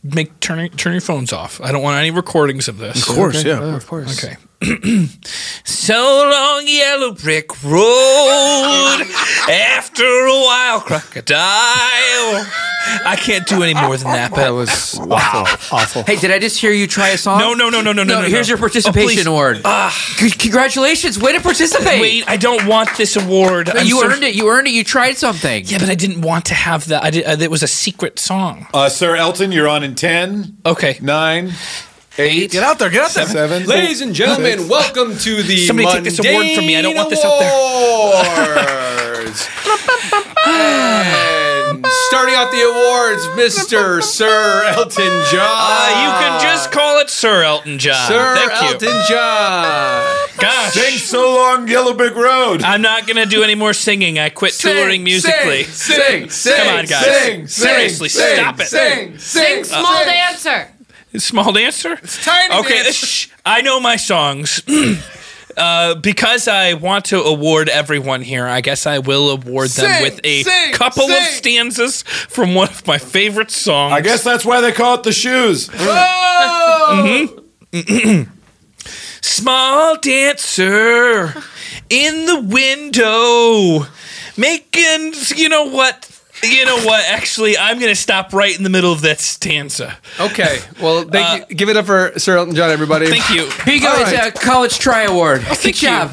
Speaker 12: make turn turn your phones off. I don't want any recordings of this.
Speaker 11: Of course, Okay. yeah. Oh, of
Speaker 10: course.
Speaker 12: Okay. so long, yellow brick road. After a while, crocodile. I can't do any more than that. But that
Speaker 10: was
Speaker 12: wow,
Speaker 10: awful.
Speaker 5: Hey, did I just hear you try a song?
Speaker 12: No, no, no, no, no, no. no
Speaker 5: here's your
Speaker 12: no. Oh,
Speaker 5: participation
Speaker 12: please.
Speaker 5: award. C- congratulations, way to participate.
Speaker 12: Wait, I don't want this award.
Speaker 5: No,
Speaker 12: I'm
Speaker 5: you
Speaker 12: so-
Speaker 5: earned it. You earned it. You tried something.
Speaker 12: Yeah, but I didn't want to have that. I did, uh, it was a secret song.
Speaker 7: Uh, Sir Elton, you're on in 10.
Speaker 12: Okay.
Speaker 7: 9. 8.
Speaker 11: Get out there. Get out there.
Speaker 7: Seven.
Speaker 11: Ladies and gentlemen,
Speaker 7: welcome to the
Speaker 12: Somebody take this award from me. I don't want this out there.
Speaker 7: And starting off the awards, Mr. Sir Elton John.
Speaker 12: Uh, you can just call it Sir Elton John.
Speaker 7: Sir
Speaker 12: Thank
Speaker 7: Elton
Speaker 12: you.
Speaker 7: John.
Speaker 12: Gosh.
Speaker 7: Sing so long, Yellow Brick Road.
Speaker 12: I'm not gonna do any more singing. I quit
Speaker 7: Sing,
Speaker 12: touring musically.
Speaker 7: sing, sing,
Speaker 12: Come on, guys.
Speaker 7: sing, sing,
Speaker 12: Seriously,
Speaker 7: sing,
Speaker 12: stop it.
Speaker 7: sing,
Speaker 13: Sing small
Speaker 12: Uh,
Speaker 13: dancer.
Speaker 12: Small dancer. It's
Speaker 13: tiny
Speaker 12: Okay,
Speaker 13: dancer.
Speaker 12: shh, I know my songs. Uh, because I want to award everyone here, I guess I will award them
Speaker 7: Sing,
Speaker 12: with a
Speaker 7: sing,
Speaker 12: couple of
Speaker 7: sing.
Speaker 12: stanzas from one of my favorite songs.
Speaker 7: I guess that's why they call it the shoes.
Speaker 12: Oh, Mhm. Small dancer in the window, making. You know what? You know what? Actually, I'm gonna stop right in the middle of that stanza.
Speaker 10: Okay. Well, thank you. give it up for Sir Elton John, everybody.
Speaker 12: Thank you.
Speaker 5: Here uh, you go.
Speaker 10: All
Speaker 5: It's
Speaker 10: right.
Speaker 5: a college try award. Good job.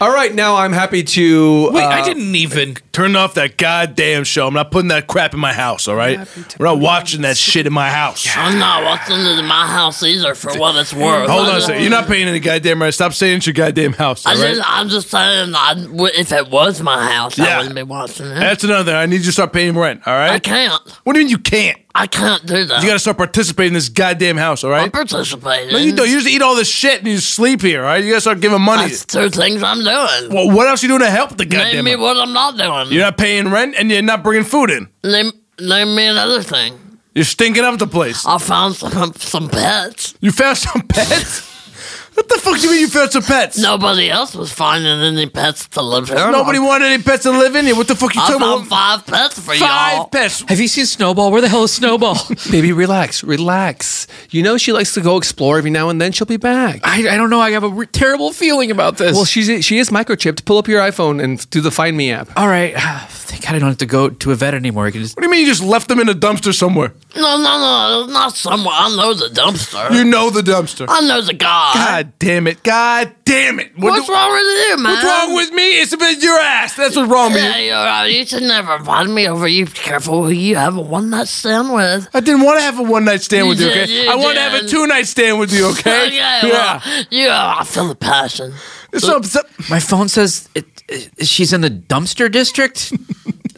Speaker 10: All right, now I'm happy to.
Speaker 12: Wait,
Speaker 10: uh,
Speaker 12: I didn't even.
Speaker 11: Turn off that goddamn show. I'm not putting that crap in my house, all right? We're not watching that shit in my house.
Speaker 15: I'm not walking into my house either for what it's worth.
Speaker 11: Hold
Speaker 15: I
Speaker 11: on a
Speaker 15: just-
Speaker 11: second. You're not paying any goddamn right. Stop saying it's your goddamn house,
Speaker 15: I
Speaker 11: all right?
Speaker 15: just, I'm just saying, I, w- if it was my house,
Speaker 11: Yeah.
Speaker 15: I wouldn't be watching it.
Speaker 11: That's another thing. I need you to start paying rent, all right?
Speaker 15: I can't.
Speaker 11: What do you mean you can't?
Speaker 15: I can't do that.
Speaker 11: You gotta start participating in this goddamn house, all right?
Speaker 15: I'm participating.
Speaker 11: No, you don't. You just eat all this shit and you sleep here, all right? You gotta start giving money.
Speaker 15: That's two things I'm doing.
Speaker 11: Well, what else you doing to help the
Speaker 15: Name
Speaker 11: goddamn
Speaker 15: me
Speaker 11: house?
Speaker 15: what I'm not doing.
Speaker 11: You're not paying rent and you're not bringing food in.
Speaker 15: Name, name me another thing.
Speaker 11: You're stinking up the place.
Speaker 15: I found some, um, some pets.
Speaker 11: You found some pets? what the fuck do you mean you found some pets?
Speaker 15: Nobody else was finding any pets to live here.
Speaker 11: Nobody wanted any pets to live in here. What the fuck you
Speaker 15: I
Speaker 11: talking
Speaker 15: found
Speaker 11: about?
Speaker 15: five pets for y'all.
Speaker 11: pets.
Speaker 5: Have you seen Snowball? Where the hell is Snowball?
Speaker 10: Baby, relax, relax. You know she likes to go explore every now and then. She'll be back.
Speaker 5: I, I don't know. I have a re- terrible feeling about this.
Speaker 10: Well, she's she is microchipped. Pull up your iPhone and do the Find Me app.
Speaker 5: All right. Thank God I don't have to go to a vet anymore. I can just.
Speaker 11: What do you mean you just left them in a dumpster somewhere?
Speaker 15: No, no, no, not somewhere. I know the dumpster.
Speaker 11: You know the dumpster.
Speaker 15: I know the guy.
Speaker 11: God damn it. God damn it. What
Speaker 15: What's
Speaker 11: do-
Speaker 15: wrong with you, man?
Speaker 11: What's wrong with me? It's about your ass. That's what's wrong with
Speaker 15: Yeah,
Speaker 11: you.
Speaker 15: you're right. You should never invite me over. You be careful who you have a one night stand with.
Speaker 11: I didn't want to have a one night stand
Speaker 15: You
Speaker 11: with you,
Speaker 15: did,
Speaker 11: okay?
Speaker 15: you
Speaker 11: I want to have a
Speaker 15: did.
Speaker 11: two night stand with you, okay?
Speaker 15: yeah,
Speaker 11: yeah.
Speaker 15: well, yeah, I feel the passion.
Speaker 11: So,
Speaker 5: My phone says it, it- she's in the dumpster district.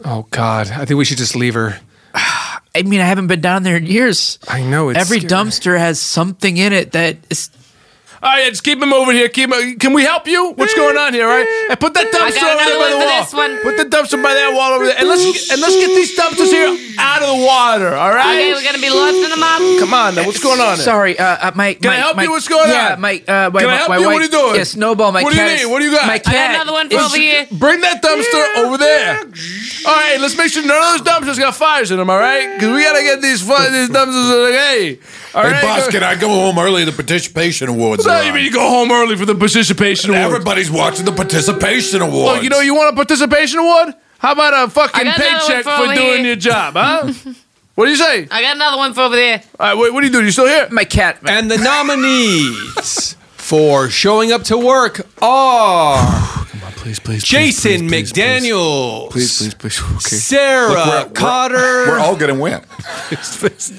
Speaker 10: Oh God, I think we should just leave her.
Speaker 5: I mean, I haven't been down there in years.
Speaker 10: I know it's
Speaker 5: Every
Speaker 10: scary.
Speaker 5: dumpster has something in it that is.
Speaker 11: All right, just keep him over here. Keep him. Can we help you? What's going on here? All right, and put
Speaker 13: I
Speaker 11: that dumpster
Speaker 13: got
Speaker 11: over there
Speaker 13: another
Speaker 11: by the
Speaker 13: one for
Speaker 11: wall.
Speaker 13: this one.
Speaker 11: Put the dumpster by that wall over there, and let's get, and let's get these dumpsters here out of the water. All right.
Speaker 13: Okay, we're gonna be lifting them up.
Speaker 11: Come on, now. What's going on? There?
Speaker 5: Sorry, uh, uh, my.
Speaker 11: Can I
Speaker 5: my-
Speaker 11: help
Speaker 5: my-
Speaker 11: you? What's going
Speaker 5: yeah,
Speaker 11: on?
Speaker 5: my. Uh, my
Speaker 11: Can I
Speaker 5: my-
Speaker 11: help
Speaker 5: my
Speaker 11: you? What are
Speaker 5: wife-
Speaker 11: you doing?
Speaker 5: Yeah, Snowball. My
Speaker 11: what
Speaker 5: cat.
Speaker 11: do you
Speaker 5: is-
Speaker 11: need? What do you got?
Speaker 5: My cat.
Speaker 13: another one for
Speaker 5: is-
Speaker 13: over here.
Speaker 11: Bring that dumpster over there. All right, let's make sure none of those dumpsters got fires in them. All right, because we gotta get these fu- these dumpsters. Hey, all
Speaker 7: Hey,
Speaker 11: right.
Speaker 7: boss,
Speaker 11: go-
Speaker 7: can I go home early? The participation awards.
Speaker 11: What do
Speaker 7: are
Speaker 11: you
Speaker 7: on.
Speaker 11: mean you go home early for the participation award?
Speaker 7: Everybody's watching the participation awards.
Speaker 11: Look, Oh, you know, you want a participation award? How about a
Speaker 13: I
Speaker 11: fucking
Speaker 13: got another one
Speaker 11: paycheck
Speaker 13: for
Speaker 11: for
Speaker 13: over
Speaker 11: doing
Speaker 13: here.
Speaker 11: your job, huh? what do you say?
Speaker 13: I got another one for over there.
Speaker 11: All right, wait, what are you doing? You still here?
Speaker 5: My cat.
Speaker 10: And the nominees for showing up to work are
Speaker 8: Please, please.
Speaker 7: Jason McDaniel.
Speaker 8: Please, please, please. Okay.
Speaker 7: Sarah Cotter.
Speaker 8: We're, all going to win.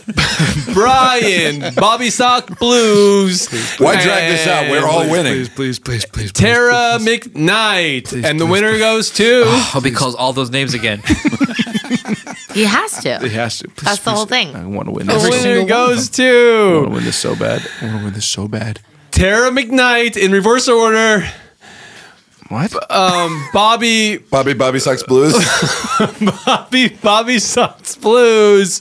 Speaker 7: Brian, Bobby Sock Blues.
Speaker 8: Why drag this out? We're all
Speaker 7: and
Speaker 8: winning.
Speaker 10: Please, please, please.
Speaker 7: Tara McKnight. and the winner goes to.
Speaker 5: I'll be Oh, calls all those names again.
Speaker 13: He has to.
Speaker 11: He has to. Please,
Speaker 13: That's the
Speaker 11: please.
Speaker 13: whole thing.
Speaker 11: I want to win
Speaker 7: The
Speaker 11: this.
Speaker 7: winner goes
Speaker 11: I
Speaker 7: to
Speaker 11: want to win this so bad. I want to win this so bad.
Speaker 7: Tara McKnight in reverse order.
Speaker 11: What?
Speaker 7: Um, Bobby.
Speaker 8: Bobby Bobby Sox Blues.
Speaker 7: Bobby Bobby Sox Blues.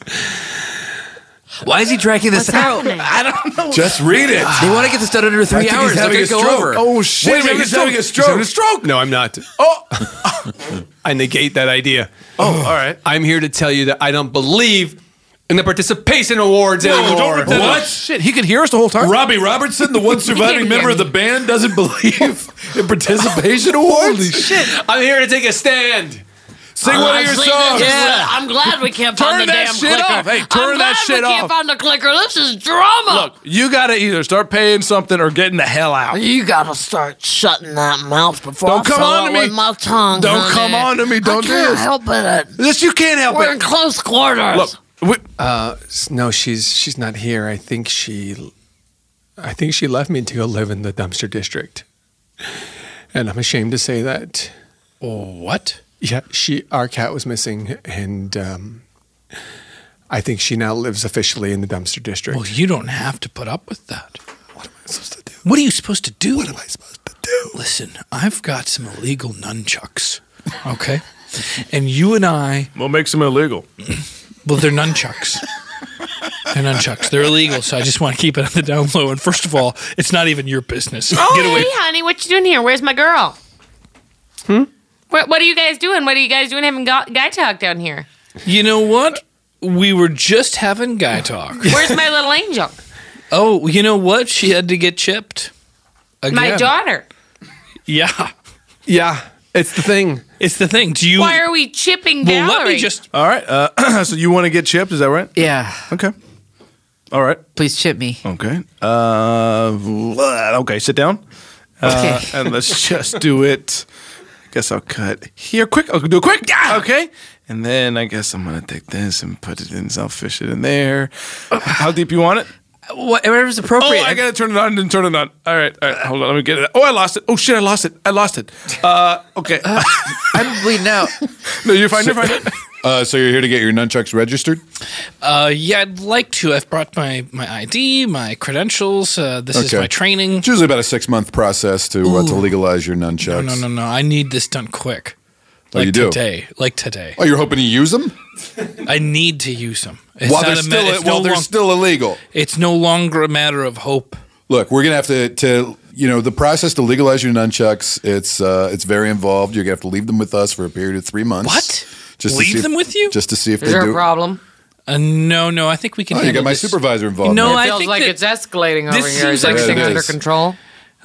Speaker 5: Why is he dragging this out?
Speaker 13: I
Speaker 5: don't know.
Speaker 8: Just read it.
Speaker 5: They want to get this done under three
Speaker 8: I think he's
Speaker 5: hours. They're
Speaker 8: having
Speaker 5: going
Speaker 8: a
Speaker 5: to go
Speaker 8: stroke.
Speaker 5: over.
Speaker 8: Oh, shit,
Speaker 7: Wait a minute,
Speaker 8: he's having a stroke.
Speaker 7: He's having a stroke. No, I'm not. Oh, I negate that idea. Oh, all right. I'm here to tell you that I don't believe in the participation awards
Speaker 8: Whoa,
Speaker 7: anymore.
Speaker 8: don't pretend- What?
Speaker 11: Shit, he could hear us the whole time.
Speaker 8: Robbie Robertson, the one surviving member of the band, doesn't believe in participation awards. Holy shit!
Speaker 7: I'm here to take a stand.
Speaker 8: Sing one of your
Speaker 6: Honestly,
Speaker 8: songs.
Speaker 6: this is- I'm glad we can't
Speaker 11: Turn
Speaker 6: find the
Speaker 11: that
Speaker 6: damn
Speaker 11: shit
Speaker 6: clicker.
Speaker 11: off. Hey,
Speaker 6: I'm
Speaker 11: turn
Speaker 6: glad
Speaker 11: that shit
Speaker 6: we
Speaker 11: off.
Speaker 6: can't find the clicker. This is drama.
Speaker 11: Look, you got to either start paying something or getting the hell out.
Speaker 6: You gotta start shutting that mouth before
Speaker 11: Don't
Speaker 6: I
Speaker 11: come
Speaker 6: fill
Speaker 11: on
Speaker 6: it
Speaker 11: to me.
Speaker 6: with my tongue.
Speaker 11: Don't
Speaker 6: honey.
Speaker 11: come on to me. Don't
Speaker 6: I
Speaker 11: do
Speaker 6: can't
Speaker 11: this.
Speaker 6: help it.
Speaker 11: This you can't help
Speaker 6: We're
Speaker 11: it.
Speaker 6: in close quarters.
Speaker 10: Look, uh, s- no, she's she's not here. I think she, I think she left me to go live in the dumpster district, and I'm ashamed to say that.
Speaker 11: What?
Speaker 10: Yeah, she our cat was missing, and um, I think she now lives officially in the dumpster district.
Speaker 12: Well, you don't have to put up with that. What am I supposed to do? What are you supposed to do? What am I supposed to do? Listen, I've got some illegal nunchucks. Okay. And you and I.
Speaker 11: What makes them illegal?
Speaker 12: Well, they're nunchucks. They're nunchucks. They're illegal, so I just want to keep it on the down low. And first of all, it's not even your business.
Speaker 13: Oh,
Speaker 12: Get away.
Speaker 13: hey, honey, what you doing here? Where's my girl?
Speaker 12: Hmm?
Speaker 13: What, what are you guys doing? What are you guys doing having go- guy talk down here?
Speaker 12: You know what? We were just having guy talk.
Speaker 13: Where's my little angel?
Speaker 12: Oh, you know what? She had to get chipped. Again.
Speaker 13: My daughter.
Speaker 12: Yeah.
Speaker 10: Yeah, it's the thing.
Speaker 12: It's the thing. Do you?
Speaker 13: Why are we chipping
Speaker 12: Well,
Speaker 13: gallery?
Speaker 12: let me just.
Speaker 11: All right. Uh, so you want to get chipped? Is that right?
Speaker 5: Yeah.
Speaker 11: Okay. All right.
Speaker 5: Please chip me.
Speaker 11: Okay. Uh, okay. Sit down. Uh,
Speaker 5: Okay.
Speaker 11: and let's just do it. Guess I'll cut here quick. I'll do it quick. Ah, okay. And then I guess I'm gonna take this and put it in. So I'll fish it in there. How deep you want it?
Speaker 5: Whatever's appropriate.
Speaker 11: Oh, I gotta turn it on and turn it on. All right, all right. Hold on, let me get it. Oh, I lost it. Oh shit, I lost it. I lost it. Uh, okay.
Speaker 5: I'm bleeding out.
Speaker 11: no, you're fine. You're fine.
Speaker 8: Uh, so you're here to get your nunchucks registered?
Speaker 12: Uh, yeah, I'd like to. I've brought my my ID, my credentials. Uh, this is
Speaker 8: Okay.
Speaker 12: my training.
Speaker 8: It's usually about a six month process to uh, to legalize your nunchucks.
Speaker 12: No, no, no, no. I need this done quick.
Speaker 8: Oh,
Speaker 12: Like
Speaker 8: you do?
Speaker 12: today. Like today.
Speaker 8: Oh, you're hoping to use them
Speaker 12: I need to use them.
Speaker 8: while they're
Speaker 12: not a ma-
Speaker 8: still
Speaker 12: it's
Speaker 8: while
Speaker 12: no
Speaker 8: they're
Speaker 12: long-
Speaker 8: still illegal.
Speaker 12: It's no longer a matter of hope.
Speaker 8: Look, we're gonna have to to you know the process to legalize your nunchucks. It's uh, it's very involved. You're gonna have to leave them with us for a period of three months. What? Just
Speaker 12: Leave
Speaker 8: to see
Speaker 12: them
Speaker 8: if,
Speaker 12: with you?
Speaker 8: Just to see if they do.
Speaker 13: problem?
Speaker 12: Uh, no, no. I think we can.
Speaker 8: Oh, you
Speaker 12: handle
Speaker 8: got my
Speaker 12: this.
Speaker 8: supervisor involved.
Speaker 12: No,
Speaker 8: now.
Speaker 12: I
Speaker 13: Feels
Speaker 12: think
Speaker 13: like
Speaker 12: that
Speaker 13: it's escalating
Speaker 12: this
Speaker 13: over here. Is
Speaker 12: seems like it
Speaker 13: everything
Speaker 8: is.
Speaker 13: under control?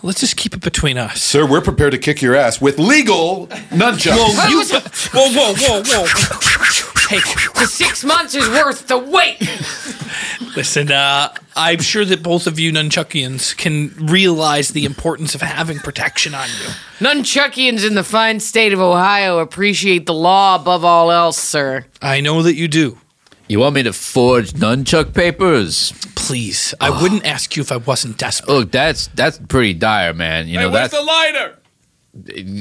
Speaker 12: Let's just keep it between us.
Speaker 8: Sir, we're prepared to kick your ass with legal nunchucks.
Speaker 12: Whoa, you, whoa, whoa, whoa, whoa. Hey,
Speaker 13: The six months is worth the wait.
Speaker 12: Listen, uh, I'm sure that both of you nunchuckians can realize the importance of having protection on you.
Speaker 13: Nunchuckians in the fine state of Ohio appreciate the law above all else, sir.
Speaker 12: I know that you do.
Speaker 5: You want me to forge nunchuck papers? Ah.
Speaker 12: Please, I wouldn't ask you if I wasn't desperate.
Speaker 5: Look, that's that's pretty dire, man. You know that's Eh,
Speaker 12: lighter?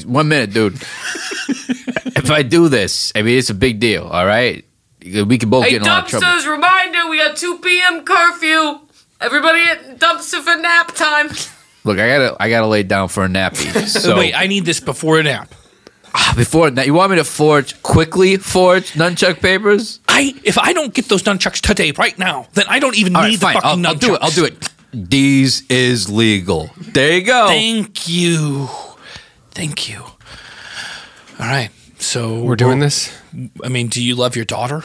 Speaker 5: one minute, dude. if I do this, I mean it's a big deal. All right, we could both
Speaker 13: hey,
Speaker 5: get in a lot of trouble.
Speaker 13: dumpsters, reminder, we got 2 p.m. curfew. Everybody at dumpster for nap time.
Speaker 5: Look, I gotta I gotta lay down for a nappy. So
Speaker 12: Wait, I need this before a nap.
Speaker 5: before that, you want me to forge quickly? Forge nunchuck papers?
Speaker 12: I if I don't get those nunchucks today, right now, then I don't even
Speaker 5: All right,
Speaker 12: need
Speaker 5: fine.
Speaker 12: the
Speaker 5: I'll,
Speaker 12: fucking
Speaker 5: I'll do it.
Speaker 12: nunchucks.
Speaker 5: I'll do it. These is legal. There you
Speaker 10: Oh.
Speaker 5: go.
Speaker 12: Thank you. Thank you. All right. So
Speaker 10: We're doing this?
Speaker 12: I mean, do you love your daughter?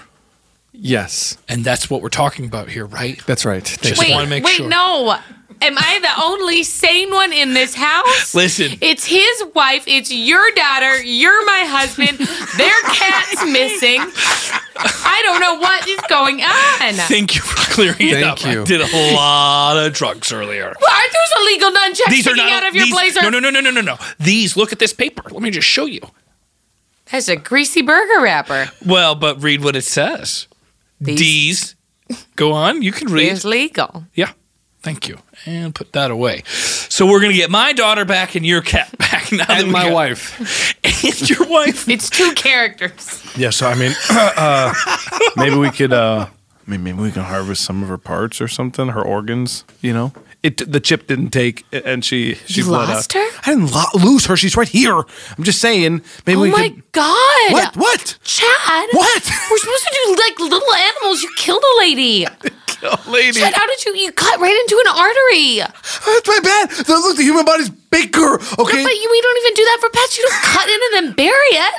Speaker 10: Yes,
Speaker 12: And that's what we're talking about here, right?
Speaker 10: that's right.
Speaker 12: Just
Speaker 13: wait,
Speaker 12: want to make
Speaker 13: wait,
Speaker 12: sure.
Speaker 13: no. Am I the only sane one in this house?
Speaker 12: Listen.
Speaker 13: It's his wife. It's your daughter. You're my husband. Their cat's missing. I don't know what is going on. on.
Speaker 12: Thank you for clearing it
Speaker 13: Thank
Speaker 12: up. I
Speaker 13: you.
Speaker 12: did a lot of drugs earlier.
Speaker 13: Well, aren't those illegal nunchucks sticking out of your
Speaker 12: these,
Speaker 13: blazer?
Speaker 12: No, no, no, no, no, no, no. These. Look at this paper. Let me just show you.
Speaker 13: That's a greasy burger wrapper.
Speaker 12: Well, but read what it says. These. Go on. You can read.
Speaker 13: It's legal.
Speaker 12: Yeah. Thank you. And put that away. So we're gonna get my daughter back and your cat back now. And my
Speaker 7: wife.
Speaker 12: and your wife.
Speaker 13: It's two characters.
Speaker 11: Yeah, so I mean, uh, maybe we could, uh, I mean, maybe we can harvest some of her parts or something, her organs. You know, it the chip didn't take, and she she
Speaker 13: You
Speaker 11: bled
Speaker 13: lost
Speaker 11: out.
Speaker 13: her?
Speaker 11: I didn't lo- lose her. She's right here. I'm just saying. Maybe
Speaker 13: oh
Speaker 11: we
Speaker 13: my
Speaker 11: could.
Speaker 13: god!
Speaker 11: What? What?
Speaker 13: Chad!
Speaker 11: What?
Speaker 13: We're supposed to do like little animals. You killed a lady.
Speaker 11: lady.
Speaker 13: Chad, how did you? You cut right into an artery.
Speaker 8: That's my bad. The, look, the human body's bigger. Okay.
Speaker 13: but you, we don't even do that for pets. You don't cut in and then bury it.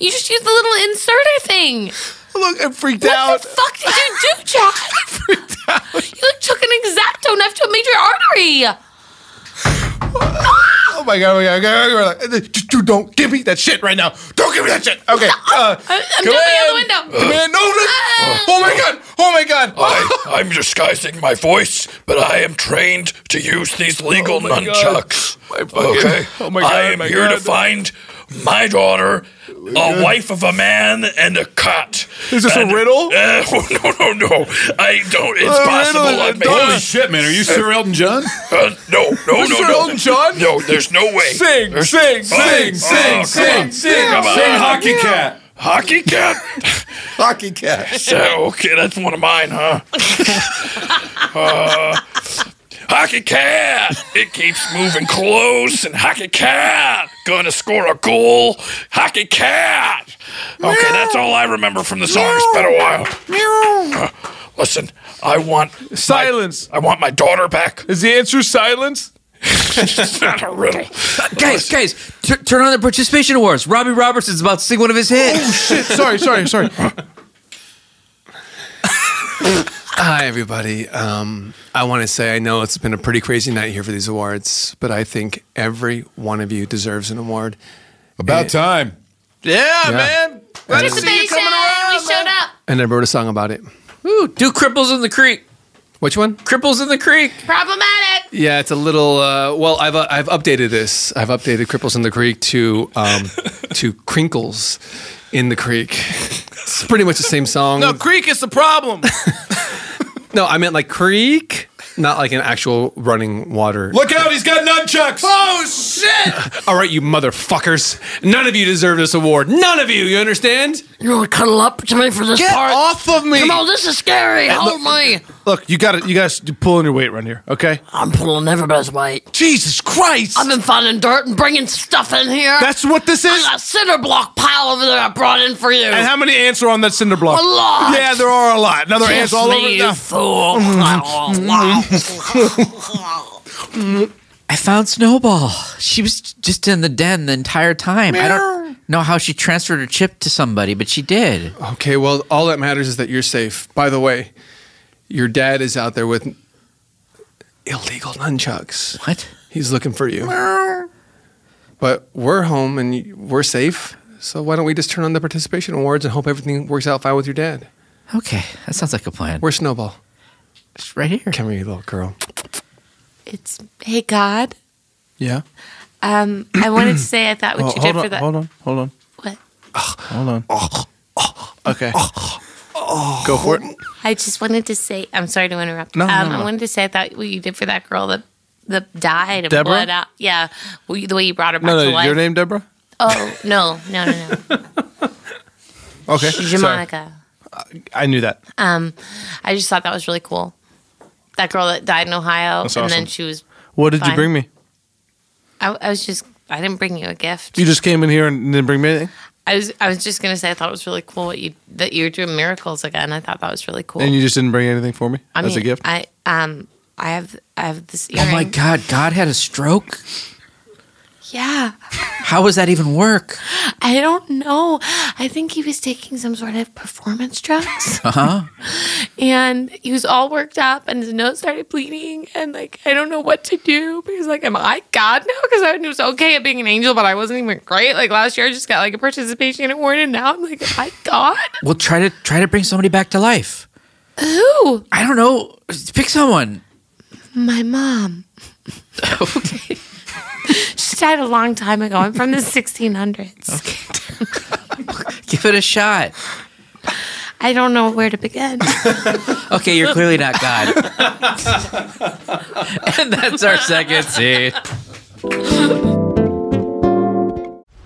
Speaker 13: You just use the little inserter thing.
Speaker 11: Look, I'm freaked
Speaker 13: out. What the fuck did you do, Chad? I freaked out. You like, took an exacto knife to a major artery.
Speaker 8: Oh my god, oh my god, oh my god.
Speaker 11: Uh,
Speaker 8: We're like, "Just- Dude, don't give me that shit right now. Don't give me that shit. Okay. Uh,
Speaker 13: I'm
Speaker 8: come
Speaker 13: jumping out the
Speaker 8: in.
Speaker 13: window. Ah!
Speaker 8: Come in. No, no. Oh my god. Oh my god.
Speaker 14: I, I'm disguising my voice, but I am trained to use these legal
Speaker 8: Oh my God.
Speaker 14: nunchucks.
Speaker 8: fucking-
Speaker 14: okay,
Speaker 8: oh my God,
Speaker 14: I am
Speaker 8: my
Speaker 14: here to
Speaker 8: God.
Speaker 14: find my daughter, a
Speaker 8: God.
Speaker 14: wife of a man, and a cat.
Speaker 8: Is this a
Speaker 14: And-
Speaker 8: riddle?
Speaker 14: Uh, no, no, no. I don't. It's
Speaker 8: Oh, A
Speaker 14: possible.
Speaker 8: riddle?
Speaker 14: I may-
Speaker 8: Holy shit, man. Are you Sir Elton John?
Speaker 14: Uh, no, no, no,
Speaker 8: Sir
Speaker 14: no.
Speaker 8: Elton John?
Speaker 14: No, there's no way.
Speaker 8: Sing,
Speaker 14: There's-
Speaker 8: sing,
Speaker 14: Oh,
Speaker 8: sing,
Speaker 14: oh,
Speaker 8: sing,
Speaker 14: come
Speaker 8: sing,
Speaker 14: on.
Speaker 8: sing,
Speaker 14: Come on.
Speaker 8: sing, hockey cat.
Speaker 14: Hockey cat.
Speaker 8: Hockey cat.
Speaker 14: So, okay, that's one of mine, huh? uh, hockey cat. It keeps moving close, and hockey cat gonna score a goal. Hockey cat. Okay, that's all I remember from the song. It's been a while. Uh, listen, I want silence. I want my daughter back.
Speaker 11: Is the answer silence?
Speaker 14: it's not a riddle.
Speaker 5: guys, guys, tur- turn on the participation awards. Robbie Robertson's about to sing one of his hits. Oh
Speaker 8: shit! Sorry, sorry, sorry.
Speaker 7: Hi, everybody. Um, I want to say I know it's been a pretty crazy night here for these awards, but I think every one of you deserves an award.
Speaker 8: About
Speaker 7: time. Yeah. man. Glad to see
Speaker 13: Participation.
Speaker 7: you
Speaker 13: we showed up.
Speaker 7: And I wrote a song about it.
Speaker 5: Ooh, do cripples in the creek.
Speaker 7: Which one?
Speaker 5: Cripples in the creek.
Speaker 13: Problematic.
Speaker 7: Yeah, it's a little. Uh, well, I've uh, I've updated this. I've updated Cripples in the Creek to um, to Crinkles in the Creek. It's pretty much the same song.
Speaker 11: No, Creek is the problem.
Speaker 7: No, I meant like creek, not like an actual running water.
Speaker 8: Look out, he's got nunchucks.
Speaker 11: Oh shit!
Speaker 7: All right, you motherfuckers. None of you deserve this award. None of you. You understand?
Speaker 15: You want to cuddle up to me for this
Speaker 7: Get
Speaker 15: part?
Speaker 11: off of me!
Speaker 15: Come on, this is scary.
Speaker 11: Hey,
Speaker 15: Hold me.
Speaker 11: Look, you got to You guys pulling your weight around here, okay?
Speaker 15: I'm pulling everybody's weight.
Speaker 11: Jesus Christ!
Speaker 15: I've been finding dirt and bringing stuff in here.
Speaker 11: That's what this is?
Speaker 15: I got a cinder block pile over there I brought in for you.
Speaker 11: And how many ants are on that cinder block?
Speaker 15: A lot.
Speaker 11: Yeah, there are a lot. Now there are
Speaker 15: Kiss
Speaker 11: ants all
Speaker 15: me,
Speaker 11: over
Speaker 15: you
Speaker 11: now.
Speaker 5: Oh,
Speaker 15: fool.
Speaker 5: I found Snowball. She was just in the den the entire time. I don't know how she transferred her chip to somebody, but she did.
Speaker 7: Okay, well, all that matters is that you're safe. By the way, your dad is out there with illegal nunchucks.
Speaker 5: What?
Speaker 7: He's looking for you. But we're home and y- we're safe. So why don't we just turn on the participation awards and hope everything works out fine with your dad?
Speaker 5: Okay, that sounds like a plan.
Speaker 7: Where's Snowball?
Speaker 5: It's right here.
Speaker 7: Come here, you little girl.
Speaker 13: It's hey God.
Speaker 11: Yeah.
Speaker 13: Um, I wanted to say I thought what you
Speaker 11: Oh, hold
Speaker 13: did
Speaker 11: on,
Speaker 13: for that.
Speaker 11: Hold on, hold on.
Speaker 13: What?
Speaker 11: Hold on. Okay. Go for it.
Speaker 13: I just wanted to say I'm sorry to interrupt.
Speaker 11: No, no,
Speaker 13: um,
Speaker 11: no.
Speaker 13: I wanted to say I thought what you did for that girl that that died of
Speaker 11: Deborah?
Speaker 13: blood out. Yeah, well, you- the way you brought her back
Speaker 11: No,
Speaker 13: to
Speaker 11: no,
Speaker 13: life.
Speaker 11: your name, Deborah?
Speaker 13: Oh no, no, no, no.
Speaker 11: Okay. Sorry.
Speaker 13: Jamonica.
Speaker 11: I knew that.
Speaker 13: Um, I just thought that was really cool. That girl that died in Ohio,
Speaker 11: That's
Speaker 13: Oh, and
Speaker 11: awesome.
Speaker 13: then she was.
Speaker 11: What did you
Speaker 13: fine.
Speaker 11: bring me?
Speaker 13: I, I was just. I didn't bring you a gift.
Speaker 11: You just came in here and didn't bring me anything?
Speaker 13: I was. I was just gonna say I thought it was really cool what you that you were doing miracles again. I thought that was really cool.
Speaker 11: And you just didn't bring anything for me
Speaker 13: I
Speaker 11: as a
Speaker 13: mean,
Speaker 11: gift?
Speaker 13: I um. I have. I have this. Earring.
Speaker 5: Oh my God, God had a stroke?
Speaker 13: Yeah.
Speaker 5: How does that even work?
Speaker 13: I don't know. I think he was taking some sort of performance drugs
Speaker 5: Uh huh.
Speaker 13: and he was all worked up and his nose started bleeding. And like, I don't know what to do because, like, am I God now? Because I was okay at being an angel, but I wasn't even great. Like, last year I just got like a participation award and now I'm like, am I God?
Speaker 5: Well, try to try to bring somebody back to life.
Speaker 13: Who?
Speaker 5: I don't know. Pick someone.
Speaker 13: My mom. okay. she died a long time ago. I'm from the 1600s.
Speaker 5: Give it a shot.
Speaker 13: I don't know where to begin.
Speaker 5: Okay, you're clearly not God. and that's our second scene.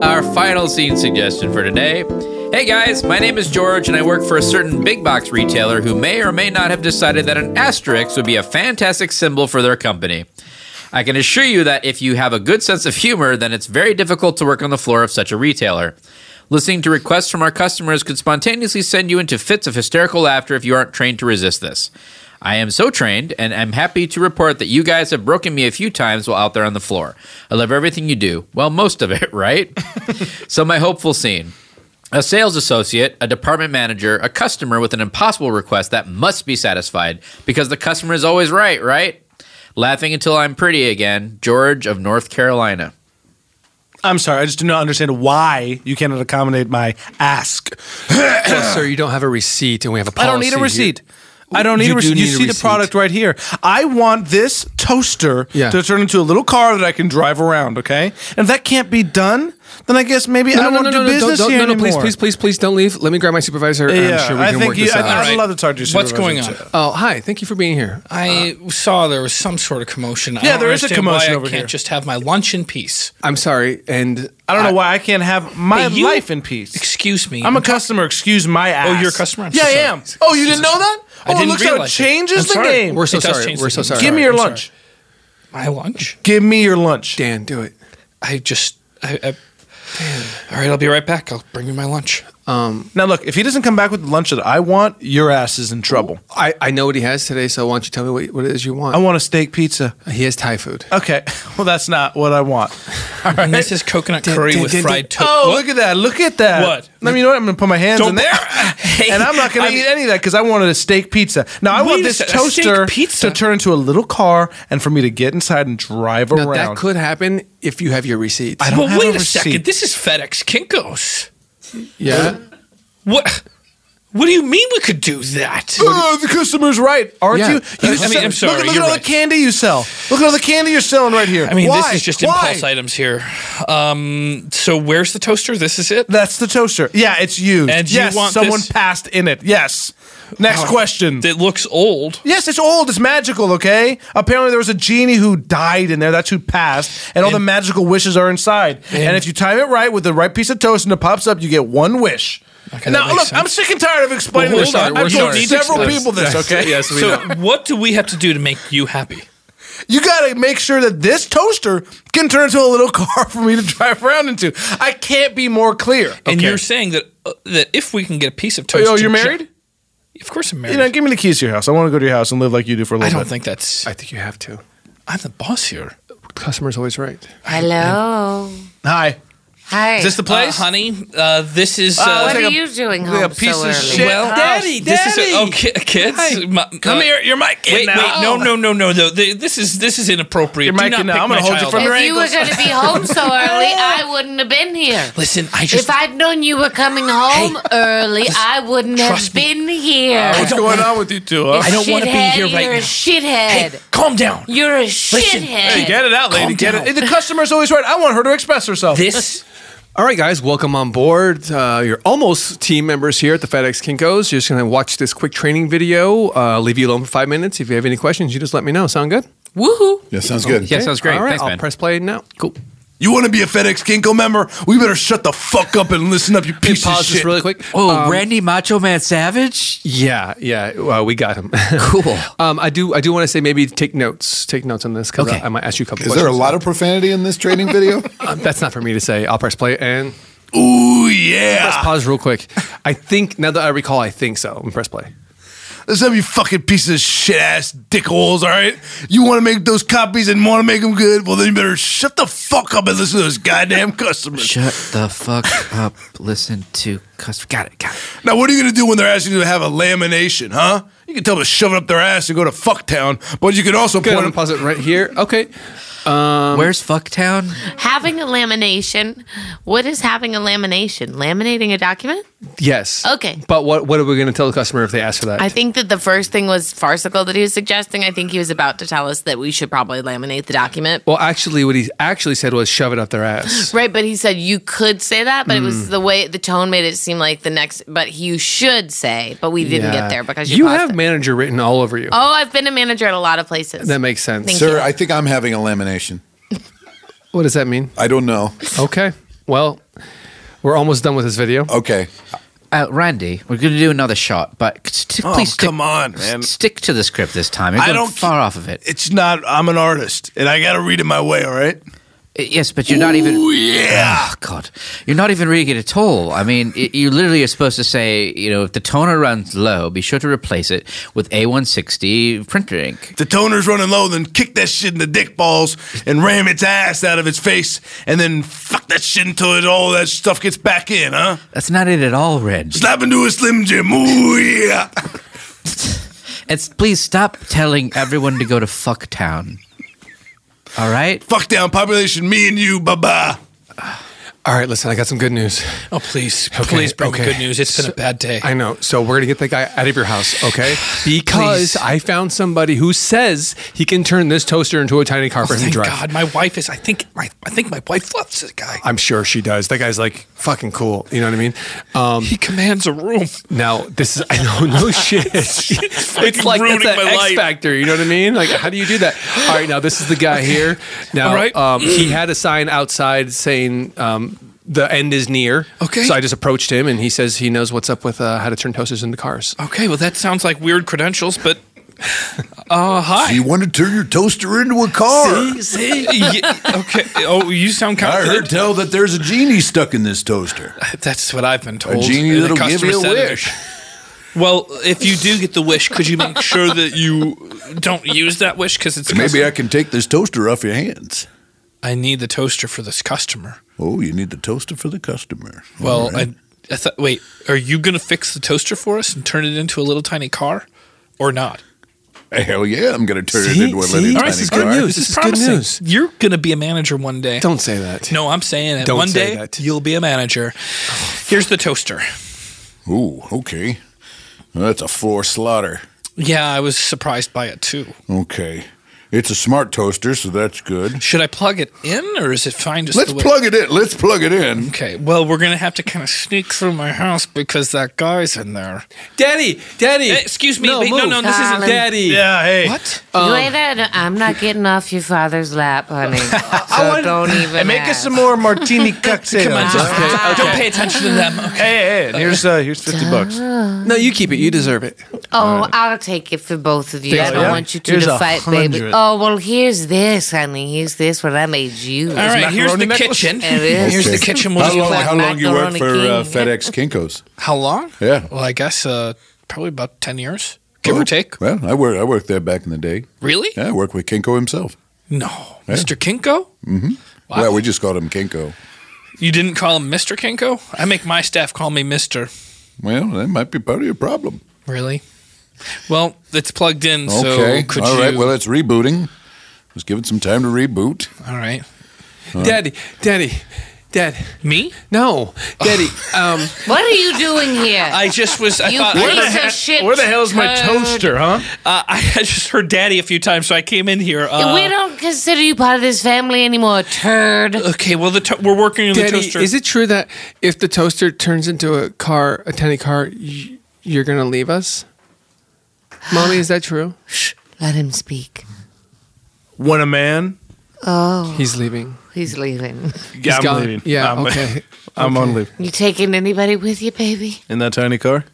Speaker 5: Our final scene suggestion for today. Hey guys, my name is George and I work for a certain big box retailer who may or may not have decided that an asterisk would be a fantastic symbol for their company. I can assure you that if you have a good sense of humor, then it's very difficult to work on the floor of such a retailer. Listening to requests from our customers could spontaneously send you into fits of hysterical laughter if you aren't trained to resist this. I am so trained, and I'm happy to report that you guys have broken me a few times while out there on the floor. I love everything you do. Well, most of it, right? so, my hopeful scene. A sales associate, a department manager, a customer with an impossible request that must be satisfied because the customer is always right, right? Laughing until I'm pretty again, George of North Carolina.
Speaker 11: I'm sorry, I just do not understand why you cannot accommodate my ask.
Speaker 7: Well, sir, you don't have a receipt, and we have a
Speaker 11: I
Speaker 7: policy.
Speaker 11: don't need a
Speaker 7: You-
Speaker 11: receipt. I don't need
Speaker 7: You
Speaker 11: a
Speaker 7: do
Speaker 11: receipt. you
Speaker 7: need a
Speaker 11: see the
Speaker 7: receipt.
Speaker 11: product right here. I want this toaster
Speaker 7: Yeah.
Speaker 11: to turn into a little car that I can drive around, okay? And if that can't be done, Then I guess maybe I won't do business
Speaker 7: don't,
Speaker 11: here
Speaker 7: no, no, please,
Speaker 11: anymore.
Speaker 7: please, please, please don't leave. Let me grab my supervisor. and I'm
Speaker 11: Yeah,
Speaker 7: sure we
Speaker 11: I
Speaker 7: can
Speaker 11: think
Speaker 7: work
Speaker 11: you-
Speaker 7: this
Speaker 11: I-
Speaker 7: out.
Speaker 11: I'd love to talk to your
Speaker 12: What's
Speaker 11: supervisor,
Speaker 12: going on?
Speaker 11: too.
Speaker 7: Oh, hi. Thank you for being here.
Speaker 12: I saw there was some sort of commotion. I
Speaker 11: Uh, Yeah,
Speaker 12: don't
Speaker 11: there is a
Speaker 12: understand why
Speaker 11: commotion
Speaker 12: I
Speaker 11: over
Speaker 12: can't
Speaker 11: here.
Speaker 12: just have my lunch in peace.
Speaker 7: I'm sorry, and
Speaker 11: I don't know why I can't have my
Speaker 12: Hey, you-
Speaker 11: life in peace.
Speaker 12: Excuse me. Oh,
Speaker 11: I'm a customer. Excuse my ass.
Speaker 12: you're a customer? I'm so
Speaker 11: yeah, I
Speaker 12: sorry.
Speaker 11: am. Oh, you didn't know that?
Speaker 12: I
Speaker 11: oh,
Speaker 12: didn't
Speaker 11: it looks like it
Speaker 12: realize it.
Speaker 11: changes
Speaker 12: I'm
Speaker 11: the
Speaker 12: sorry.
Speaker 11: game.
Speaker 12: We're so It does sorry. change We're the so game. sorry.
Speaker 11: Give me
Speaker 12: I'm
Speaker 11: your
Speaker 12: sorry.
Speaker 11: lunch.
Speaker 12: My lunch?
Speaker 11: Give me your lunch.
Speaker 7: Dan, do it.
Speaker 12: I just. I,
Speaker 11: Uh,
Speaker 12: I, All right, I'll be right back. I'll bring you my lunch.
Speaker 7: Um,
Speaker 11: now look, if he doesn't come back with the lunch that I want, your ass is in trouble.
Speaker 7: I, I know what he has today, so why don't you tell me what, what it is you want?
Speaker 11: I want a steak pizza.
Speaker 7: He has Thai food.
Speaker 11: Okay, well that's not what I want. All right.
Speaker 12: And this is coconut curry with fried toast.
Speaker 11: Oh, look at that! Look at that!
Speaker 12: What?
Speaker 11: Let me know. What? I'm gonna put my hands
Speaker 12: Don't-
Speaker 11: in there, and I'm not gonna
Speaker 12: I mean-
Speaker 11: eat any of that because I wanted a steak pizza. Now I
Speaker 12: Wait
Speaker 11: want
Speaker 12: a
Speaker 11: this
Speaker 12: sec- a steak
Speaker 11: toaster to turn into a little car, and for me to get inside and drive
Speaker 7: Now, that
Speaker 11: around.
Speaker 7: could happen if you have your receipts.
Speaker 11: I don't
Speaker 12: But
Speaker 11: have
Speaker 12: wait a,
Speaker 11: a
Speaker 12: second.
Speaker 11: receipt.
Speaker 12: This is FedEx Kinkos.
Speaker 7: Yeah.
Speaker 12: What? What do you mean we could do that?
Speaker 11: Oh, the customer's right, aren't
Speaker 12: Yeah.
Speaker 11: you? you
Speaker 12: I mean, I'm sorry,
Speaker 11: Look, look
Speaker 12: you're
Speaker 11: at all
Speaker 12: right.
Speaker 11: the candy you sell. Look at all the candy you're selling right here.
Speaker 12: I mean,
Speaker 11: Why?
Speaker 12: this is just
Speaker 11: Why?
Speaker 12: impulse items here. Um, so where's the toaster? This is it.
Speaker 11: That's the toaster. Yeah, it's used.
Speaker 12: And you
Speaker 11: yes,
Speaker 12: want
Speaker 11: someone
Speaker 12: this-
Speaker 11: passed in it. Yes. Next
Speaker 12: Oh,
Speaker 11: question.
Speaker 12: It looks old.
Speaker 11: Yes, it's old. It's magical. Okay. Apparently, there was a genie who died in there. That's who passed, and all the magical wishes are inside. And, if you time it right with the right piece of toast and it pops up, you get one wish. now,
Speaker 12: that
Speaker 11: look,
Speaker 12: makes
Speaker 11: I'm sick and tired of explaining
Speaker 12: Well,
Speaker 11: this.
Speaker 12: hold on.
Speaker 11: I've
Speaker 12: We're
Speaker 11: told
Speaker 12: sorry.
Speaker 11: several
Speaker 12: Yes.
Speaker 11: people this.
Speaker 12: Yes.
Speaker 11: Okay.
Speaker 12: Yes, we
Speaker 11: So,
Speaker 12: know. what do we have to do to make you happy?
Speaker 11: You gotta make sure that this toaster can turn into a little car for me to drive around into. I can't be more clear.
Speaker 12: And you're saying that uh, that if we can get a piece of
Speaker 11: Oh,
Speaker 12: toast.
Speaker 11: yo,
Speaker 12: to
Speaker 11: you're
Speaker 12: ju-
Speaker 11: married?
Speaker 12: of course, I'm married.
Speaker 11: You know, give me the keys to your house. I want to go to your house and live like you do for a
Speaker 12: I
Speaker 11: little
Speaker 12: don't
Speaker 11: bit.
Speaker 12: think that's. I think
Speaker 7: you have to.
Speaker 12: I'm the boss here.
Speaker 7: Customer's always right.
Speaker 6: Hello.
Speaker 11: Hi.
Speaker 6: Hi.
Speaker 12: Uh, honey? Uh, this is. Uh,
Speaker 6: what are you doing home so early?
Speaker 12: Well, this is a, oh, ki- kids,
Speaker 11: Hi.
Speaker 12: my- uh,
Speaker 11: Come here, you're my kid
Speaker 12: Wait,
Speaker 11: now.
Speaker 12: wait, no, no, no, no, no. th- This is this is inappropriate.
Speaker 11: You're my
Speaker 12: Do not
Speaker 11: kid now.
Speaker 12: pick
Speaker 11: I'm gonna
Speaker 12: my
Speaker 11: hold you
Speaker 12: child
Speaker 11: from
Speaker 12: up.
Speaker 11: your
Speaker 6: if you were going to be home so early, I wouldn't have been here.
Speaker 12: Listen, I
Speaker 6: If I'd known you were coming home early, I wouldn't have been
Speaker 11: Oh,
Speaker 6: here.
Speaker 12: I Oh, don't wanna-
Speaker 11: with you two?
Speaker 12: I don't want to be
Speaker 6: Shithead,
Speaker 12: here
Speaker 6: you're
Speaker 12: right
Speaker 6: a
Speaker 12: now.
Speaker 6: shithead.
Speaker 12: Calm down.
Speaker 6: You're a
Speaker 12: Listen,
Speaker 6: shithead.
Speaker 11: Hey, get it out, lady. Get it. The customer's always right. I want her to express herself.
Speaker 12: This.
Speaker 7: All right, guys, welcome on board. Uh, you're almost team members here at the FedEx Kinkos. You're just going to watch this quick training video, uh, leave you alone for five minutes. If you have any questions, you just let me know. Sound good?
Speaker 6: Woohoo.
Speaker 8: Yeah, sounds good.
Speaker 7: Okay. All right, I'll press play now. Cool.
Speaker 11: You want to be a FedEx Kinko member? We better shut the fuck up and listen up, you piece of
Speaker 7: Pause
Speaker 11: shit.
Speaker 7: this really quick.
Speaker 5: Oh,
Speaker 7: Um,
Speaker 5: Randy Macho Man Savage?
Speaker 7: Yeah, yeah, well, we got him. cool. Um, I do, I do want to say maybe take notes, take notes on this because I, I might ask you a couple.
Speaker 8: Is
Speaker 7: questions.
Speaker 8: there a lot of profanity in this training video?
Speaker 7: Um, that's not for me to say. I'll press play and. Ooh yeah! Press pause real quick. I think now that I recall, I think so. And press play.
Speaker 11: Listen up, you fucking piece of shit ass dickholes, all right? You want to make those copies and want to make them good? Well, then you better shut the fuck up and listen to those goddamn customers.
Speaker 5: Shut the fuck up. Listen to customer. Got it. Got it.
Speaker 11: Now, what are you going to do when they're asking you to have a lamination, huh? You can tell them to shove it up their ass and go to Fucktown, but you can also
Speaker 7: Good. I'm
Speaker 11: point
Speaker 7: gonna
Speaker 11: them.
Speaker 7: pause it right here. Okay. Um,
Speaker 5: Where's Fucktown?
Speaker 16: Having a lamination. What is having a lamination? Laminating a document?
Speaker 7: Yes.
Speaker 16: Okay.
Speaker 7: But what what are we going to tell the customer if they ask for that?
Speaker 16: I think that the first thing was farcical that he was suggesting. I think he was about to tell us that we should probably laminate the document.
Speaker 7: well, actually, what he actually said was shove it up their ass.
Speaker 16: Right, but he said you could say that, but it was
Speaker 12: Hmm.
Speaker 7: Mm.
Speaker 16: the way the tone made it seem like the next, but you should say, but we didn't
Speaker 7: Yeah.
Speaker 16: get there because you,
Speaker 7: you
Speaker 16: paused
Speaker 7: have manager written all over you.
Speaker 16: it. Oh, I've been a manager at a lot of places.
Speaker 7: That makes sense.
Speaker 16: Thank Sir, you.
Speaker 8: I think I'm having a lamination.
Speaker 7: What does that mean?
Speaker 8: I don't know.
Speaker 7: Okay. Well, we're almost done with this video.
Speaker 8: Okay.
Speaker 5: Uh, Randy, we're going to do another shot, but st-
Speaker 11: Oh,
Speaker 5: please stick,
Speaker 11: come on, man.
Speaker 5: stick to the script this time. You're
Speaker 11: I
Speaker 5: going
Speaker 11: don't-
Speaker 5: far off of it.
Speaker 11: It's not, I'm an artist, and I got to read it my way, all right?
Speaker 5: Uh, Yes, but you're not even.
Speaker 11: yeah.
Speaker 5: Oh, God, you're not even reading it at all. I mean, it, you literally are supposed to say, you know, if the toner runs low, be sure to replace it with A160 printer ink.
Speaker 11: The toner's running low, then kick that shit in the dick balls and ram its ass out of its face, and then fuck that shit until it, all that stuff gets back in, huh?
Speaker 5: That's not it at all, Red.
Speaker 11: Slap into a Slim Jim. Ooh, yeah.
Speaker 5: It's please stop telling everyone to go to Fucktown. All right.
Speaker 11: Fuck down population, me and you, bye bye.
Speaker 7: All right, listen, I got some good news.
Speaker 12: Oh, please, please bring me good news. It's been a bad day.
Speaker 7: I know. So we're gonna get that guy out of your house, okay? Because I found somebody who says he can turn this toaster into a tiny car for him to
Speaker 12: Oh, Thank
Speaker 7: drive.
Speaker 12: God, my wife is. I think my I think my wife loves this guy.
Speaker 7: I'm sure she does. That guy's like fucking cool. You know what I mean? Um, he
Speaker 12: commands a room.
Speaker 7: Now this is I know no shit. it's
Speaker 12: fucking
Speaker 7: like
Speaker 12: ruining
Speaker 7: it's that
Speaker 12: my
Speaker 7: X
Speaker 12: life.
Speaker 7: Factor. You know what I mean? Like how do you do that? All right, now this is the guy here. Now
Speaker 12: All right.
Speaker 7: um, he had a sign outside saying. Um, the end is near. Okay. So I just approached him, and he says he knows what's up with uh, how to turn toasters into cars.
Speaker 12: Okay, well that sounds like weird credentials, but uh, hi.
Speaker 8: you want to turn your toaster into a car?
Speaker 12: See, see? Yeah, okay. Oh, you sound
Speaker 8: I
Speaker 12: confident.
Speaker 8: heard tell that there's a genie stuck in this toaster.
Speaker 12: That's what I've been told.
Speaker 8: A genie
Speaker 12: And the
Speaker 8: that'll give
Speaker 12: customer
Speaker 8: you
Speaker 12: said
Speaker 8: a
Speaker 12: it.
Speaker 8: wish.
Speaker 12: Well, if you do get the wish, could you make sure that you don't use that wish because it's
Speaker 8: Maybe I can take this toaster off your hands.
Speaker 12: I need the toaster for this customer.
Speaker 8: Oh, you need the toaster for the customer.
Speaker 12: Well,
Speaker 8: All right.
Speaker 12: I, I thought. Wait, are you gonna fix the toaster for us and turn it into a little tiny car, or not?
Speaker 8: hell yeah, I'm going to turn
Speaker 12: See?
Speaker 8: it into a
Speaker 12: See?
Speaker 8: little
Speaker 12: All right,
Speaker 8: tiny
Speaker 12: this is
Speaker 8: car.
Speaker 12: good news. This is good promising. news. You're going to be a manager one day.
Speaker 7: Don't say that.
Speaker 12: No, I'm saying it.
Speaker 7: Don't
Speaker 12: One
Speaker 7: say
Speaker 12: day you'll be a manager. Here's the toaster.
Speaker 8: Ooh, okay. Well, that's a floor slaughter.
Speaker 12: Yeah, I was surprised by it too.
Speaker 8: Okay. It's a smart toaster, so that's good.
Speaker 12: Should I plug it in, or is it fine just?
Speaker 8: Let's
Speaker 12: the way-
Speaker 8: plug it in. Let's plug it in.
Speaker 12: Okay. Well, we're gonna have to kind of sneak through my house because that guy's in there. Eh,
Speaker 7: Daddy, Daddy.
Speaker 12: excuse me.
Speaker 7: No,
Speaker 12: wait, no,
Speaker 7: move.
Speaker 12: no, this isn't Um,
Speaker 7: Darling. Daddy.
Speaker 12: Yeah, hey.
Speaker 7: What?
Speaker 8: Um,
Speaker 15: Later, I'm not getting off your father's lap, honey. So
Speaker 11: wanna-
Speaker 15: don't even.
Speaker 11: And make us
Speaker 15: ask.
Speaker 11: some more martini cocktails.
Speaker 15: Come on, just-
Speaker 11: okay?
Speaker 12: uh, Don't pay attention to them. Okay.
Speaker 11: Hey, hey, here's uh, here's fifty bucks.
Speaker 7: No, you keep it. You deserve it.
Speaker 15: Oh, I'll take it for both of you.
Speaker 11: Thanks,
Speaker 15: I don't
Speaker 11: yeah.
Speaker 15: want you two
Speaker 11: Here's
Speaker 15: to
Speaker 11: a
Speaker 15: fight, baby.
Speaker 11: hundred.
Speaker 15: Oh, well, here's this, honey. Here's this, what I made you. All
Speaker 12: right, Here's here's macaroni the necklace? kitchen.
Speaker 15: It is.
Speaker 12: Here's the
Speaker 8: Okay.
Speaker 12: kitchen
Speaker 8: How
Speaker 12: was-
Speaker 8: long, how long you work
Speaker 12: Macaroni
Speaker 8: for uh,
Speaker 12: King.
Speaker 8: FedEx Kinkos?
Speaker 12: How long?
Speaker 8: Yeah.
Speaker 12: Well, I guess uh, probably about ten years, give or take.
Speaker 8: Well, I worked I worked there back in the day.
Speaker 12: Really?
Speaker 8: Yeah, I worked with Kinko himself.
Speaker 12: No,
Speaker 8: Yeah.
Speaker 12: Mr. Kinko.
Speaker 8: Mm-hmm.
Speaker 12: Wow.
Speaker 8: Well, we just called him Kinko.
Speaker 12: You didn't call him Mr. Kinko? I make my staff call me Mr.
Speaker 8: Well, that might be part of your problem.
Speaker 12: Really? Well, it's plugged in,
Speaker 8: okay.
Speaker 12: so could
Speaker 8: All
Speaker 12: you?
Speaker 8: right. Well, it's rebooting. Let's give it some time to reboot.
Speaker 12: All right.
Speaker 8: All right.
Speaker 7: Daddy, Daddy, Dad.
Speaker 12: Me?
Speaker 7: No, Daddy. um,
Speaker 15: What are you doing here?
Speaker 12: I just was. I
Speaker 15: You
Speaker 12: thought,
Speaker 15: piece Where the of he- shit where the hell's my turd. toaster,
Speaker 12: huh? Uh, I had just heard "Daddy" a few times, so I came in here. Uh, uh,
Speaker 15: we don't consider you part of this family anymore, turd.
Speaker 12: Okay, well, the to- we're working on the
Speaker 7: Daddy,
Speaker 12: toaster.
Speaker 7: is it true that if the toaster turns into a car, a tiny car, y- you're gonna leave us? Mommy, is that true?
Speaker 15: Let him speak.
Speaker 11: When a man,
Speaker 15: Oh.
Speaker 7: He's leaving.
Speaker 15: He's leaving.
Speaker 11: yeah, I'm
Speaker 7: gone.
Speaker 11: leaving.
Speaker 7: Yeah,
Speaker 11: I'm,
Speaker 7: okay.
Speaker 11: I'm on leave
Speaker 15: You taking anybody with you, baby?
Speaker 11: in that tiny car.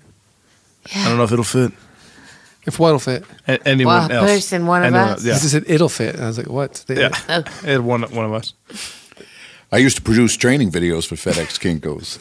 Speaker 11: I don't know if it'll fit.
Speaker 7: If what'll fit?
Speaker 11: A- anyone
Speaker 15: One
Speaker 11: else?
Speaker 15: person, one of
Speaker 11: Anyone
Speaker 15: us? Oh.
Speaker 11: else, Yeah.
Speaker 7: This is it. It'll fit. I was like, what? They-
Speaker 11: Yeah. It one one of us.
Speaker 8: I used to produce training videos for FedEx Kinkos.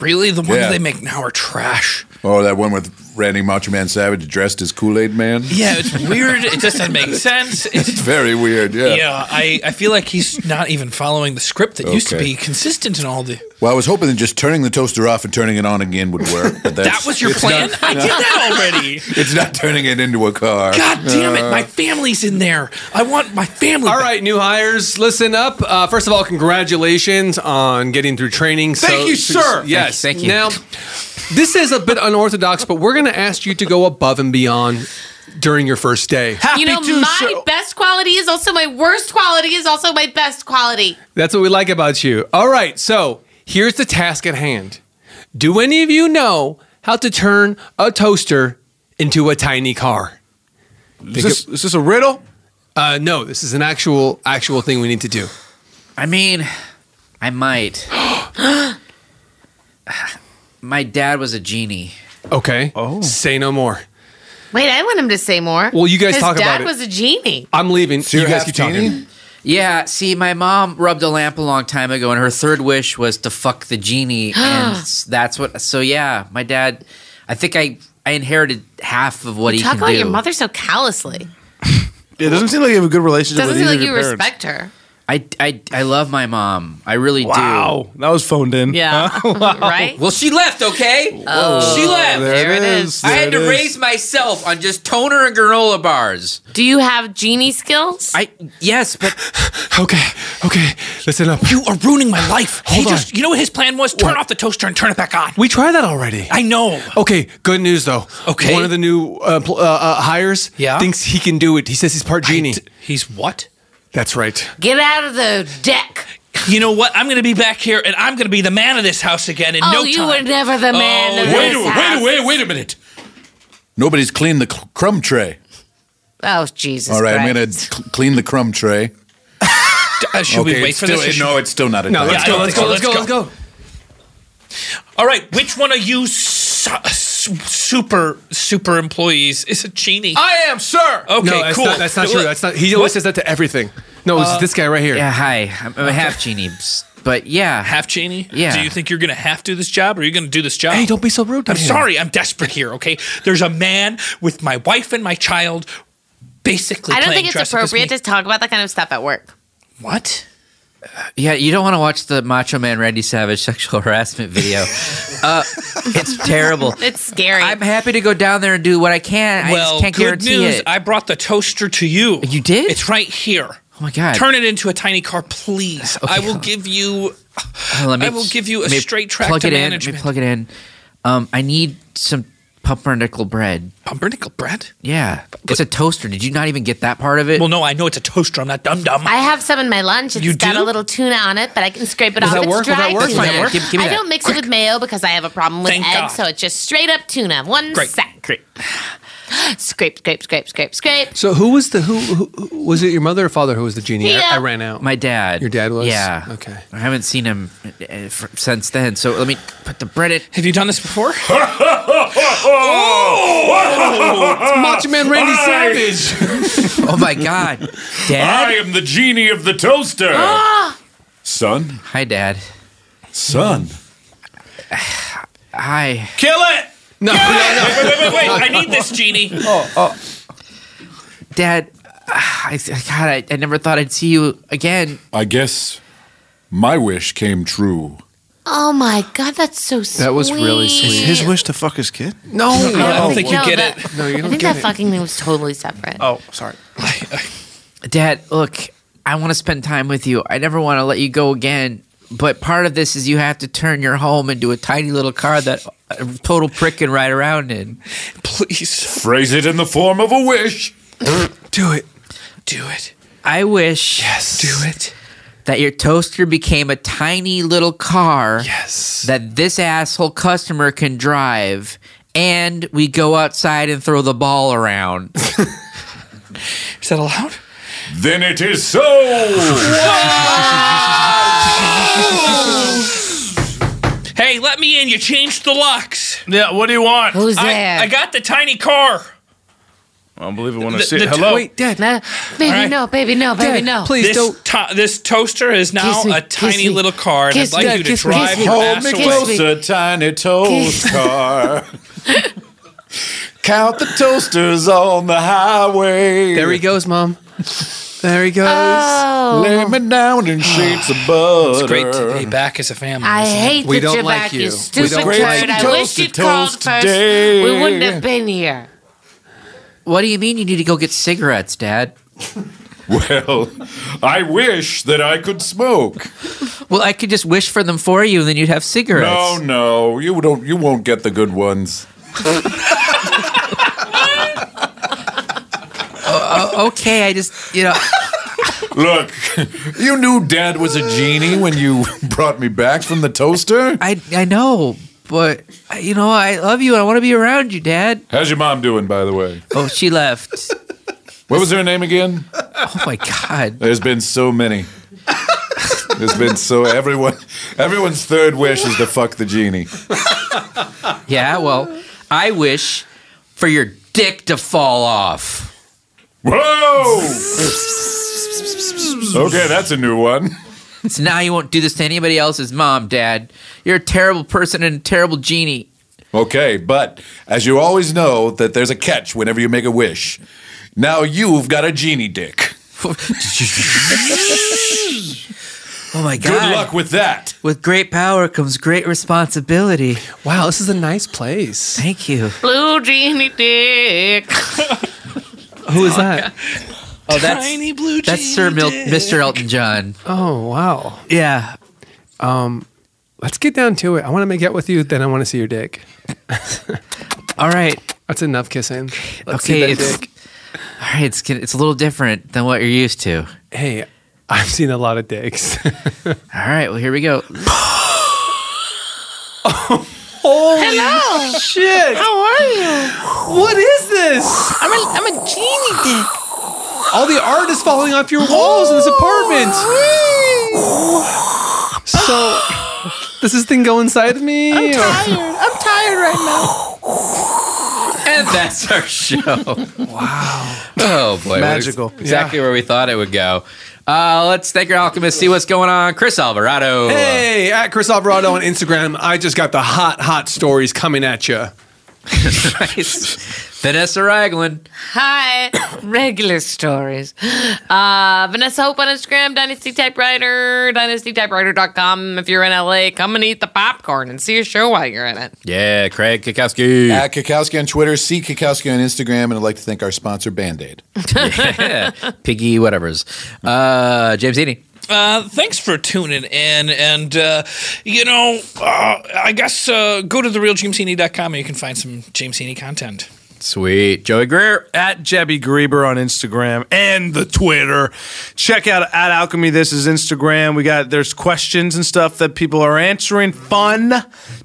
Speaker 12: really the ones
Speaker 8: Yeah.
Speaker 12: they make now are trash?
Speaker 8: Oh, that one with Randy Macho Man Savage dressed as Kool Aid Man.
Speaker 12: Yeah, it's weird. it doesn't make sense. It's,
Speaker 8: It's very weird. Yeah.
Speaker 12: yeah, I, I feel like he's not even following the script that used to
Speaker 8: Okay.
Speaker 12: be consistent in all the.
Speaker 8: Well, I was hoping that just turning the toaster off and turning it on again would work. But that's,
Speaker 12: That was your
Speaker 8: it's
Speaker 12: plan.
Speaker 8: not-
Speaker 12: I did that already.
Speaker 8: it's not turning it into a car.
Speaker 12: God damn it!
Speaker 8: Uh,
Speaker 12: My family's in there. I want my family.
Speaker 7: All right, new hires, listen up. Uh, first of all, congratulations on getting through training.
Speaker 12: Thank you, sir.
Speaker 7: Yes,
Speaker 12: Thank you,
Speaker 7: Now,
Speaker 12: thank
Speaker 7: this is a bit unorthodox, but we're going to ask you to go above and beyond during your first day.
Speaker 17: you know, my best quality is also my worst quality is also my best quality.
Speaker 7: That's what we like about you. All right, so here's the task at hand. Do any of you know how to turn a toaster into a tiny car? Is
Speaker 11: this- a riddle?
Speaker 7: Uh, no, this is an actual actual thing we need to do.
Speaker 5: I mean, I might. My dad was a genie.
Speaker 7: Okay. Oh. Say no more.
Speaker 17: Wait, I want him to say more.
Speaker 7: Well, you guys
Speaker 17: His
Speaker 7: talk
Speaker 17: dad
Speaker 7: about it.
Speaker 17: was a genie.
Speaker 7: I'm leaving. you guys keep talking.
Speaker 5: Yeah, see, my mom rubbed a lamp a long time ago, and her third wish was to fuck the genie, and s- that's what. So yeah, my dad. I think I I inherited half of what
Speaker 17: you
Speaker 5: he
Speaker 17: talk
Speaker 5: can
Speaker 17: about
Speaker 5: do.
Speaker 17: your mother so callously.
Speaker 11: Yeah, it doesn't seem like you have a good relationship
Speaker 17: Doesn't
Speaker 11: with
Speaker 17: seem like
Speaker 11: either of
Speaker 17: you
Speaker 11: your parents.
Speaker 17: respect her.
Speaker 5: I, I, I love my mom. I really
Speaker 11: Wow, that was phoned in.
Speaker 5: Yeah.
Speaker 11: Right?
Speaker 5: do. Well, she left, okay?
Speaker 11: Oh,
Speaker 5: she left.
Speaker 11: there There it it is. is.
Speaker 5: I had
Speaker 11: There
Speaker 5: to
Speaker 11: it is.
Speaker 5: raise myself on just toner and granola bars.
Speaker 13: Do you have genie skills?
Speaker 5: I yes, but
Speaker 7: okay, okay. Listen up.
Speaker 12: You are ruining my life.
Speaker 7: Hold
Speaker 12: he
Speaker 7: on.
Speaker 12: just you know what his plan was? Turn off the toaster and turn it back on.
Speaker 7: We tried that already.
Speaker 12: I know.
Speaker 7: Okay, good news though.
Speaker 12: Okay.
Speaker 7: One of the new uh, pl- uh, uh, hires thinks he can do it. He says he's part genie.
Speaker 12: he's what?
Speaker 7: That's right.
Speaker 12: Get out of the deck. You know what? I'm going to be back here and I'm going to be the man of this house again in
Speaker 6: oh,
Speaker 12: no time.
Speaker 6: you were never the man
Speaker 12: Oh,
Speaker 6: of
Speaker 12: wait
Speaker 6: this
Speaker 12: a- wait a-
Speaker 6: house.
Speaker 12: wait a- wait a minute.
Speaker 8: Nobody's cleaned the cl- crumb tray.
Speaker 6: Oh, Jesus
Speaker 8: All right,
Speaker 6: Christ.
Speaker 8: I'm going to cl- clean the crumb tray.
Speaker 12: should we wait
Speaker 8: it's
Speaker 12: for
Speaker 8: still-
Speaker 12: this or should-
Speaker 8: No, it's still not a
Speaker 12: No,
Speaker 8: time.
Speaker 12: let's
Speaker 8: I
Speaker 12: go,
Speaker 8: don't
Speaker 12: let's go,
Speaker 8: think so.
Speaker 12: let's go, let's
Speaker 7: go.
Speaker 12: All right, which one of you su- su- super super employees is a genie?
Speaker 7: I
Speaker 12: am, sir. Okay,
Speaker 7: no, that's
Speaker 12: cool.
Speaker 7: Not, that's not true.
Speaker 12: Look-
Speaker 7: That's not. He always
Speaker 12: What?
Speaker 7: says that to everything. No, it's
Speaker 12: Uh,
Speaker 7: this guy right here.
Speaker 5: Yeah, hi. I'm a half genie, but yeah,
Speaker 12: half genie.
Speaker 5: Yeah.
Speaker 12: Do you think you're going to have to do this job, or are you going to do this job? Hey,
Speaker 7: don't be so rude.
Speaker 12: I'm sorry. I'm desperate here. Okay, there's a man with my wife and my child, basically.
Speaker 13: I don't
Speaker 12: playing
Speaker 13: think it's
Speaker 12: dress up as me.
Speaker 13: appropriate to talk about that kind of stuff at work.
Speaker 12: What?
Speaker 5: Yeah, you don't want to watch the Macho Man Randy Savage sexual harassment video. uh, it's terrible.
Speaker 13: It's scary.
Speaker 5: I'm happy to go down there and do what I can. I
Speaker 12: Well,
Speaker 5: just can't
Speaker 12: good
Speaker 5: guarantee
Speaker 12: news.
Speaker 5: it.
Speaker 12: I brought the toaster to you. You
Speaker 5: did?
Speaker 12: It's right here.
Speaker 5: oh my god!
Speaker 12: Turn it into a tiny car, please. I will give you.
Speaker 5: Uh, let me-
Speaker 12: I will give you a
Speaker 5: let me
Speaker 12: straight track
Speaker 5: plug
Speaker 12: to
Speaker 5: it in. Let
Speaker 12: management.
Speaker 5: me plug it in. Um, I need some pumpernickel bread.
Speaker 12: Pumpernickel bread?
Speaker 5: Yeah, it's a toaster. Did you not even get that part of it?
Speaker 12: Well, no, I know it's a toaster. I'm not dumb dumb.
Speaker 13: I have some in my lunch. It's
Speaker 5: You
Speaker 13: got a
Speaker 5: do?
Speaker 13: little tuna on it, but I can scrape it
Speaker 5: Will
Speaker 13: off.
Speaker 5: that
Speaker 13: it's
Speaker 5: work? Will
Speaker 13: dry
Speaker 5: that work? Will
Speaker 13: tuna.
Speaker 5: that work? Give- give me
Speaker 13: I
Speaker 5: that.
Speaker 13: don't mix it with mayo because I have a problem with
Speaker 5: Thank
Speaker 13: eggs,
Speaker 5: God.
Speaker 13: so it's just straight up tuna. One
Speaker 7: Great.
Speaker 13: sec. Great. Scrape, scrape, scrape, scrape, scrape.
Speaker 7: So who was the who, who who- was it? Your mother or father who was the genie? I-
Speaker 13: Yeah.
Speaker 7: I, ran out.
Speaker 5: My dad.
Speaker 7: Your dad was.
Speaker 5: Yeah.
Speaker 7: Okay.
Speaker 5: I haven't seen him uh, for, since then. So let me put the bread in.
Speaker 12: Have you done this before?
Speaker 14: Oh!
Speaker 7: It's Macho Man Randy
Speaker 14: I-
Speaker 7: Savage.
Speaker 5: oh my God, Dad.
Speaker 14: I am the genie of the toaster.
Speaker 8: Son?
Speaker 5: Hi, Dad.
Speaker 8: Son?
Speaker 5: Hi.
Speaker 12: Kill it.
Speaker 7: No,
Speaker 12: no, no. Wait, wait, wait, wait. I need this genie.
Speaker 5: Oh, Dad. ah, I, God, I, I never thought I'd see you again.
Speaker 8: I guess my wish came true.
Speaker 6: Oh my God, that's so sweet.
Speaker 8: Is
Speaker 11: his wish to fuck his kid?
Speaker 6: No,
Speaker 11: No, I don't
Speaker 6: no,
Speaker 11: think you
Speaker 6: no,
Speaker 11: get
Speaker 6: that-
Speaker 11: it. No, you
Speaker 6: I
Speaker 11: don't
Speaker 6: think
Speaker 11: get
Speaker 6: that
Speaker 11: it.
Speaker 6: fucking thing was totally separate.
Speaker 11: Oh, sorry.
Speaker 5: Dad, look, I want to spend time with you. I never want to let you go again. But part of this is you have to turn your home into a tiny little car that a total prick can ride around in.
Speaker 12: Please.
Speaker 8: Phrase it in the form of a wish.
Speaker 7: Do it.
Speaker 12: Do it.
Speaker 5: I wish.
Speaker 12: Yes. Do it.
Speaker 5: That your toaster became a tiny little car.
Speaker 7: Yes.
Speaker 5: That this asshole customer can drive. And we go outside and throw the ball around.
Speaker 12: is that allowed?
Speaker 8: Then it is so.
Speaker 12: Hey, let me in. You changed the locks.
Speaker 11: Yeah, what do you want?
Speaker 12: Who's I, I got the tiny car.
Speaker 11: I don't believe it when I
Speaker 12: The-
Speaker 11: see
Speaker 12: the
Speaker 11: it.
Speaker 12: t-
Speaker 11: Hello?
Speaker 12: wait,
Speaker 7: Dad.
Speaker 6: baby,
Speaker 12: All right.
Speaker 6: no, baby, no, baby, no.
Speaker 12: this to- this toaster is now
Speaker 6: Kiss me,
Speaker 12: a
Speaker 6: kiss me.
Speaker 12: tiny little car, and I'd
Speaker 6: Kiss
Speaker 12: like
Speaker 6: me,
Speaker 12: you to
Speaker 6: kiss me,
Speaker 12: drive
Speaker 6: kiss
Speaker 12: your
Speaker 6: me.
Speaker 12: ass
Speaker 6: Hold me
Speaker 12: away.
Speaker 8: Closer, tiny toast car. Count the toasters on the highway.
Speaker 7: There he goes, Mom. There he goes.
Speaker 6: Oh.
Speaker 8: Lay me down in sheets of butter.
Speaker 12: It's great to be back as a
Speaker 13: Mm,
Speaker 12: family.
Speaker 6: I
Speaker 12: isn't it?
Speaker 6: hate that you're back, you stupid turd. I wish you'd called first. We wouldn't have been here.
Speaker 5: What do you mean you need to go get cigarettes, Dad?
Speaker 8: Well, I wish that I could smoke.
Speaker 5: Well, I could just wish for them for you, and then you'd have
Speaker 8: No,
Speaker 5: cigarettes.
Speaker 8: no, you don't. You won't get the good ones.
Speaker 5: Uh, uh, okay, I just, you know.
Speaker 8: Look, you knew Dad was a genie when you brought me back from the toaster.
Speaker 5: I I know, but I- you know I love you and I want to be around you, Dad.
Speaker 8: How's your mom doing, by the way?
Speaker 5: Oh, she left.
Speaker 8: What was her name again?
Speaker 5: Oh my God.
Speaker 8: There's been so many. There's been so everyone. Everyone's third wish is to fuck the genie.
Speaker 5: Yeah, well, I wish for your dick to fall off.
Speaker 8: Whoa! okay, that's a new one.
Speaker 5: So now you won't do this to anybody else's mom, Dad. You're a terrible person and a terrible genie.
Speaker 8: Okay, but as you always know, that there's a catch whenever you make a wish. Now you've got a genie dick.
Speaker 2: Oh my god.
Speaker 8: Good luck with that.
Speaker 2: With great power comes great responsibility.
Speaker 10: Wow, this is a nice place.
Speaker 2: Thank you.
Speaker 13: Blue genie dick.
Speaker 2: Who is that? Oh, that's
Speaker 13: Tiny blue
Speaker 2: That's Sir Mil- Mr. Elton John.
Speaker 10: Oh wow.
Speaker 2: Yeah.
Speaker 10: Um, let's get down to it. I want to make out with you, then I want to see your dick.
Speaker 2: All right.
Speaker 10: That's enough kissing. Let's
Speaker 2: okay,
Speaker 10: see that
Speaker 2: it's
Speaker 10: dick.
Speaker 2: all right. It's it's a little different than what you're used to.
Speaker 10: Hey, I've seen a lot of dicks. all
Speaker 2: right. Well, here we go.
Speaker 13: Holy Hello.
Speaker 10: shit.
Speaker 13: How are you?
Speaker 10: What is this?
Speaker 13: I'm a, I'm a genie dick.
Speaker 10: All the art is falling off your walls in this apartment. So, does this thing go inside of me?
Speaker 13: I'm
Speaker 10: or-
Speaker 13: tired. I'm tired right now.
Speaker 5: And that's our show. wow. Oh boy.
Speaker 11: Magical.
Speaker 5: What- Exactly where we thought it would go. Uh, let's thank our alchemist, see what's going on. Chris Alvarado.
Speaker 10: Hey, at Chris Alvarado on Instagram, I just got the hot, hot stories coming at you.
Speaker 5: Vanessa Raglan.
Speaker 13: Hi. Regular stories. Uh, Vanessa Hope on Instagram, Dynasty Typewriter, dynastytypewriter.com. If you're in LA, come and eat the popcorn and see a show while you're in it.
Speaker 5: Yeah, Craig Kikowski.
Speaker 8: At Kikowski on Twitter, see Kikowski on Instagram, and I'd like to thank our sponsor, Band Aid.
Speaker 5: Piggy, whatever's. Uh, James Eady.
Speaker 12: Uh, thanks for tuning in, and uh, you know, uh, I guess uh, go to therealjamesheaney.com and you can find some James Heaney content.
Speaker 5: Sweet. Joey Greer.
Speaker 11: At Jebby Grieber on Instagram and the Twitter. Check out at Alchemy This is Instagram. We got there's questions and stuff that people are answering. Fun.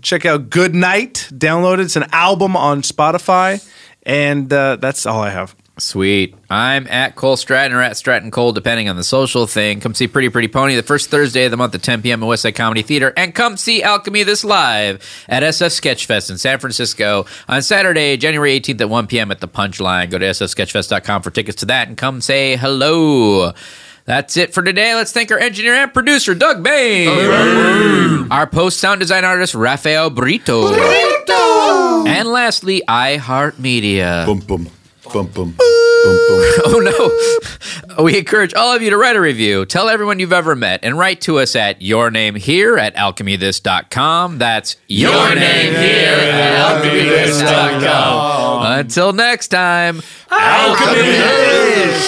Speaker 11: Check out Good Night. Download it. It's an album on Spotify. And uh, that's all I have.
Speaker 5: Sweet. I'm at Cole Stratton or at Stratton Cole, depending on the social thing. Come see Pretty Pretty Pony the first Thursday of the month at 10 p.m. at Westside Comedy Theater. And come see Alchemy This Live at SF Sketchfest in San Francisco on Saturday, January 18th at 1 p.m. at the Punchline. Go to sfsketchfest.com for tickets to that and come say hello. That's it for today. Let's thank our engineer and producer, Doug Bain. Our post sound design artist, Rafael Brito. And lastly, iHeartMedia.
Speaker 8: Boom, boom, boom, boom. oh
Speaker 5: no. We encourage all of you to write a review. Tell everyone you've ever met and write to us at your name here at alchemythis.com. That's your name here at alchemythis.com. Until next time, Alchemy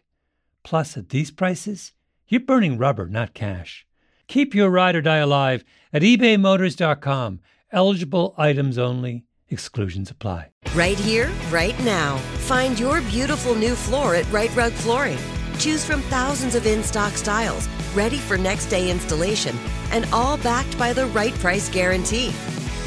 Speaker 18: Plus, at these prices, you're burning rubber, not cash. Keep your ride or die alive at ebaymotors.com. Eligible items only, exclusions apply.
Speaker 19: Right here, right now. Find your beautiful new floor at Right Rug Flooring. Choose from thousands of in stock styles, ready for next day installation, and all backed by the right price guarantee.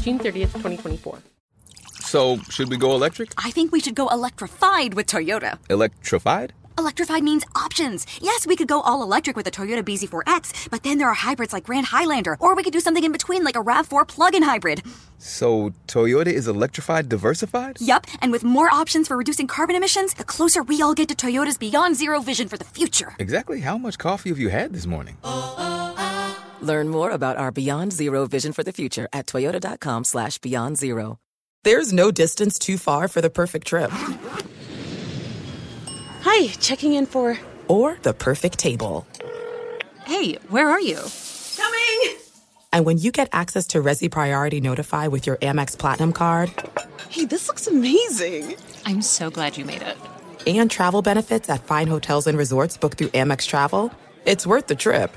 Speaker 16: June 30th, 2024.
Speaker 20: So, should we go electric?
Speaker 3: I think we should go electrified with Toyota.
Speaker 20: Electrified?
Speaker 3: Electrified means options. Yes, we could go all electric with a Toyota BZ4X, but then there are hybrids like Grand Highlander, or we could do something in between like a RAV4 plug in hybrid.
Speaker 20: So, Toyota is electrified diversified?
Speaker 3: Yep, and with more options for reducing carbon emissions, the closer we all get to Toyota's beyond zero vision for the future.
Speaker 20: Exactly how much coffee have you had this morning?
Speaker 21: Learn more about our Beyond Zero vision for the future at toyota.com slash beyond zero. There's no distance too far for the perfect trip.
Speaker 4: Hi, checking in for.
Speaker 21: Or the perfect table.
Speaker 4: Hey, where are you? Coming!
Speaker 21: And when you get access to Resi Priority Notify with your Amex Platinum card
Speaker 4: Hey, this looks amazing! I'm so glad you made it.
Speaker 21: and travel benefits at fine hotels and resorts booked through Amex Travel, it's worth the trip.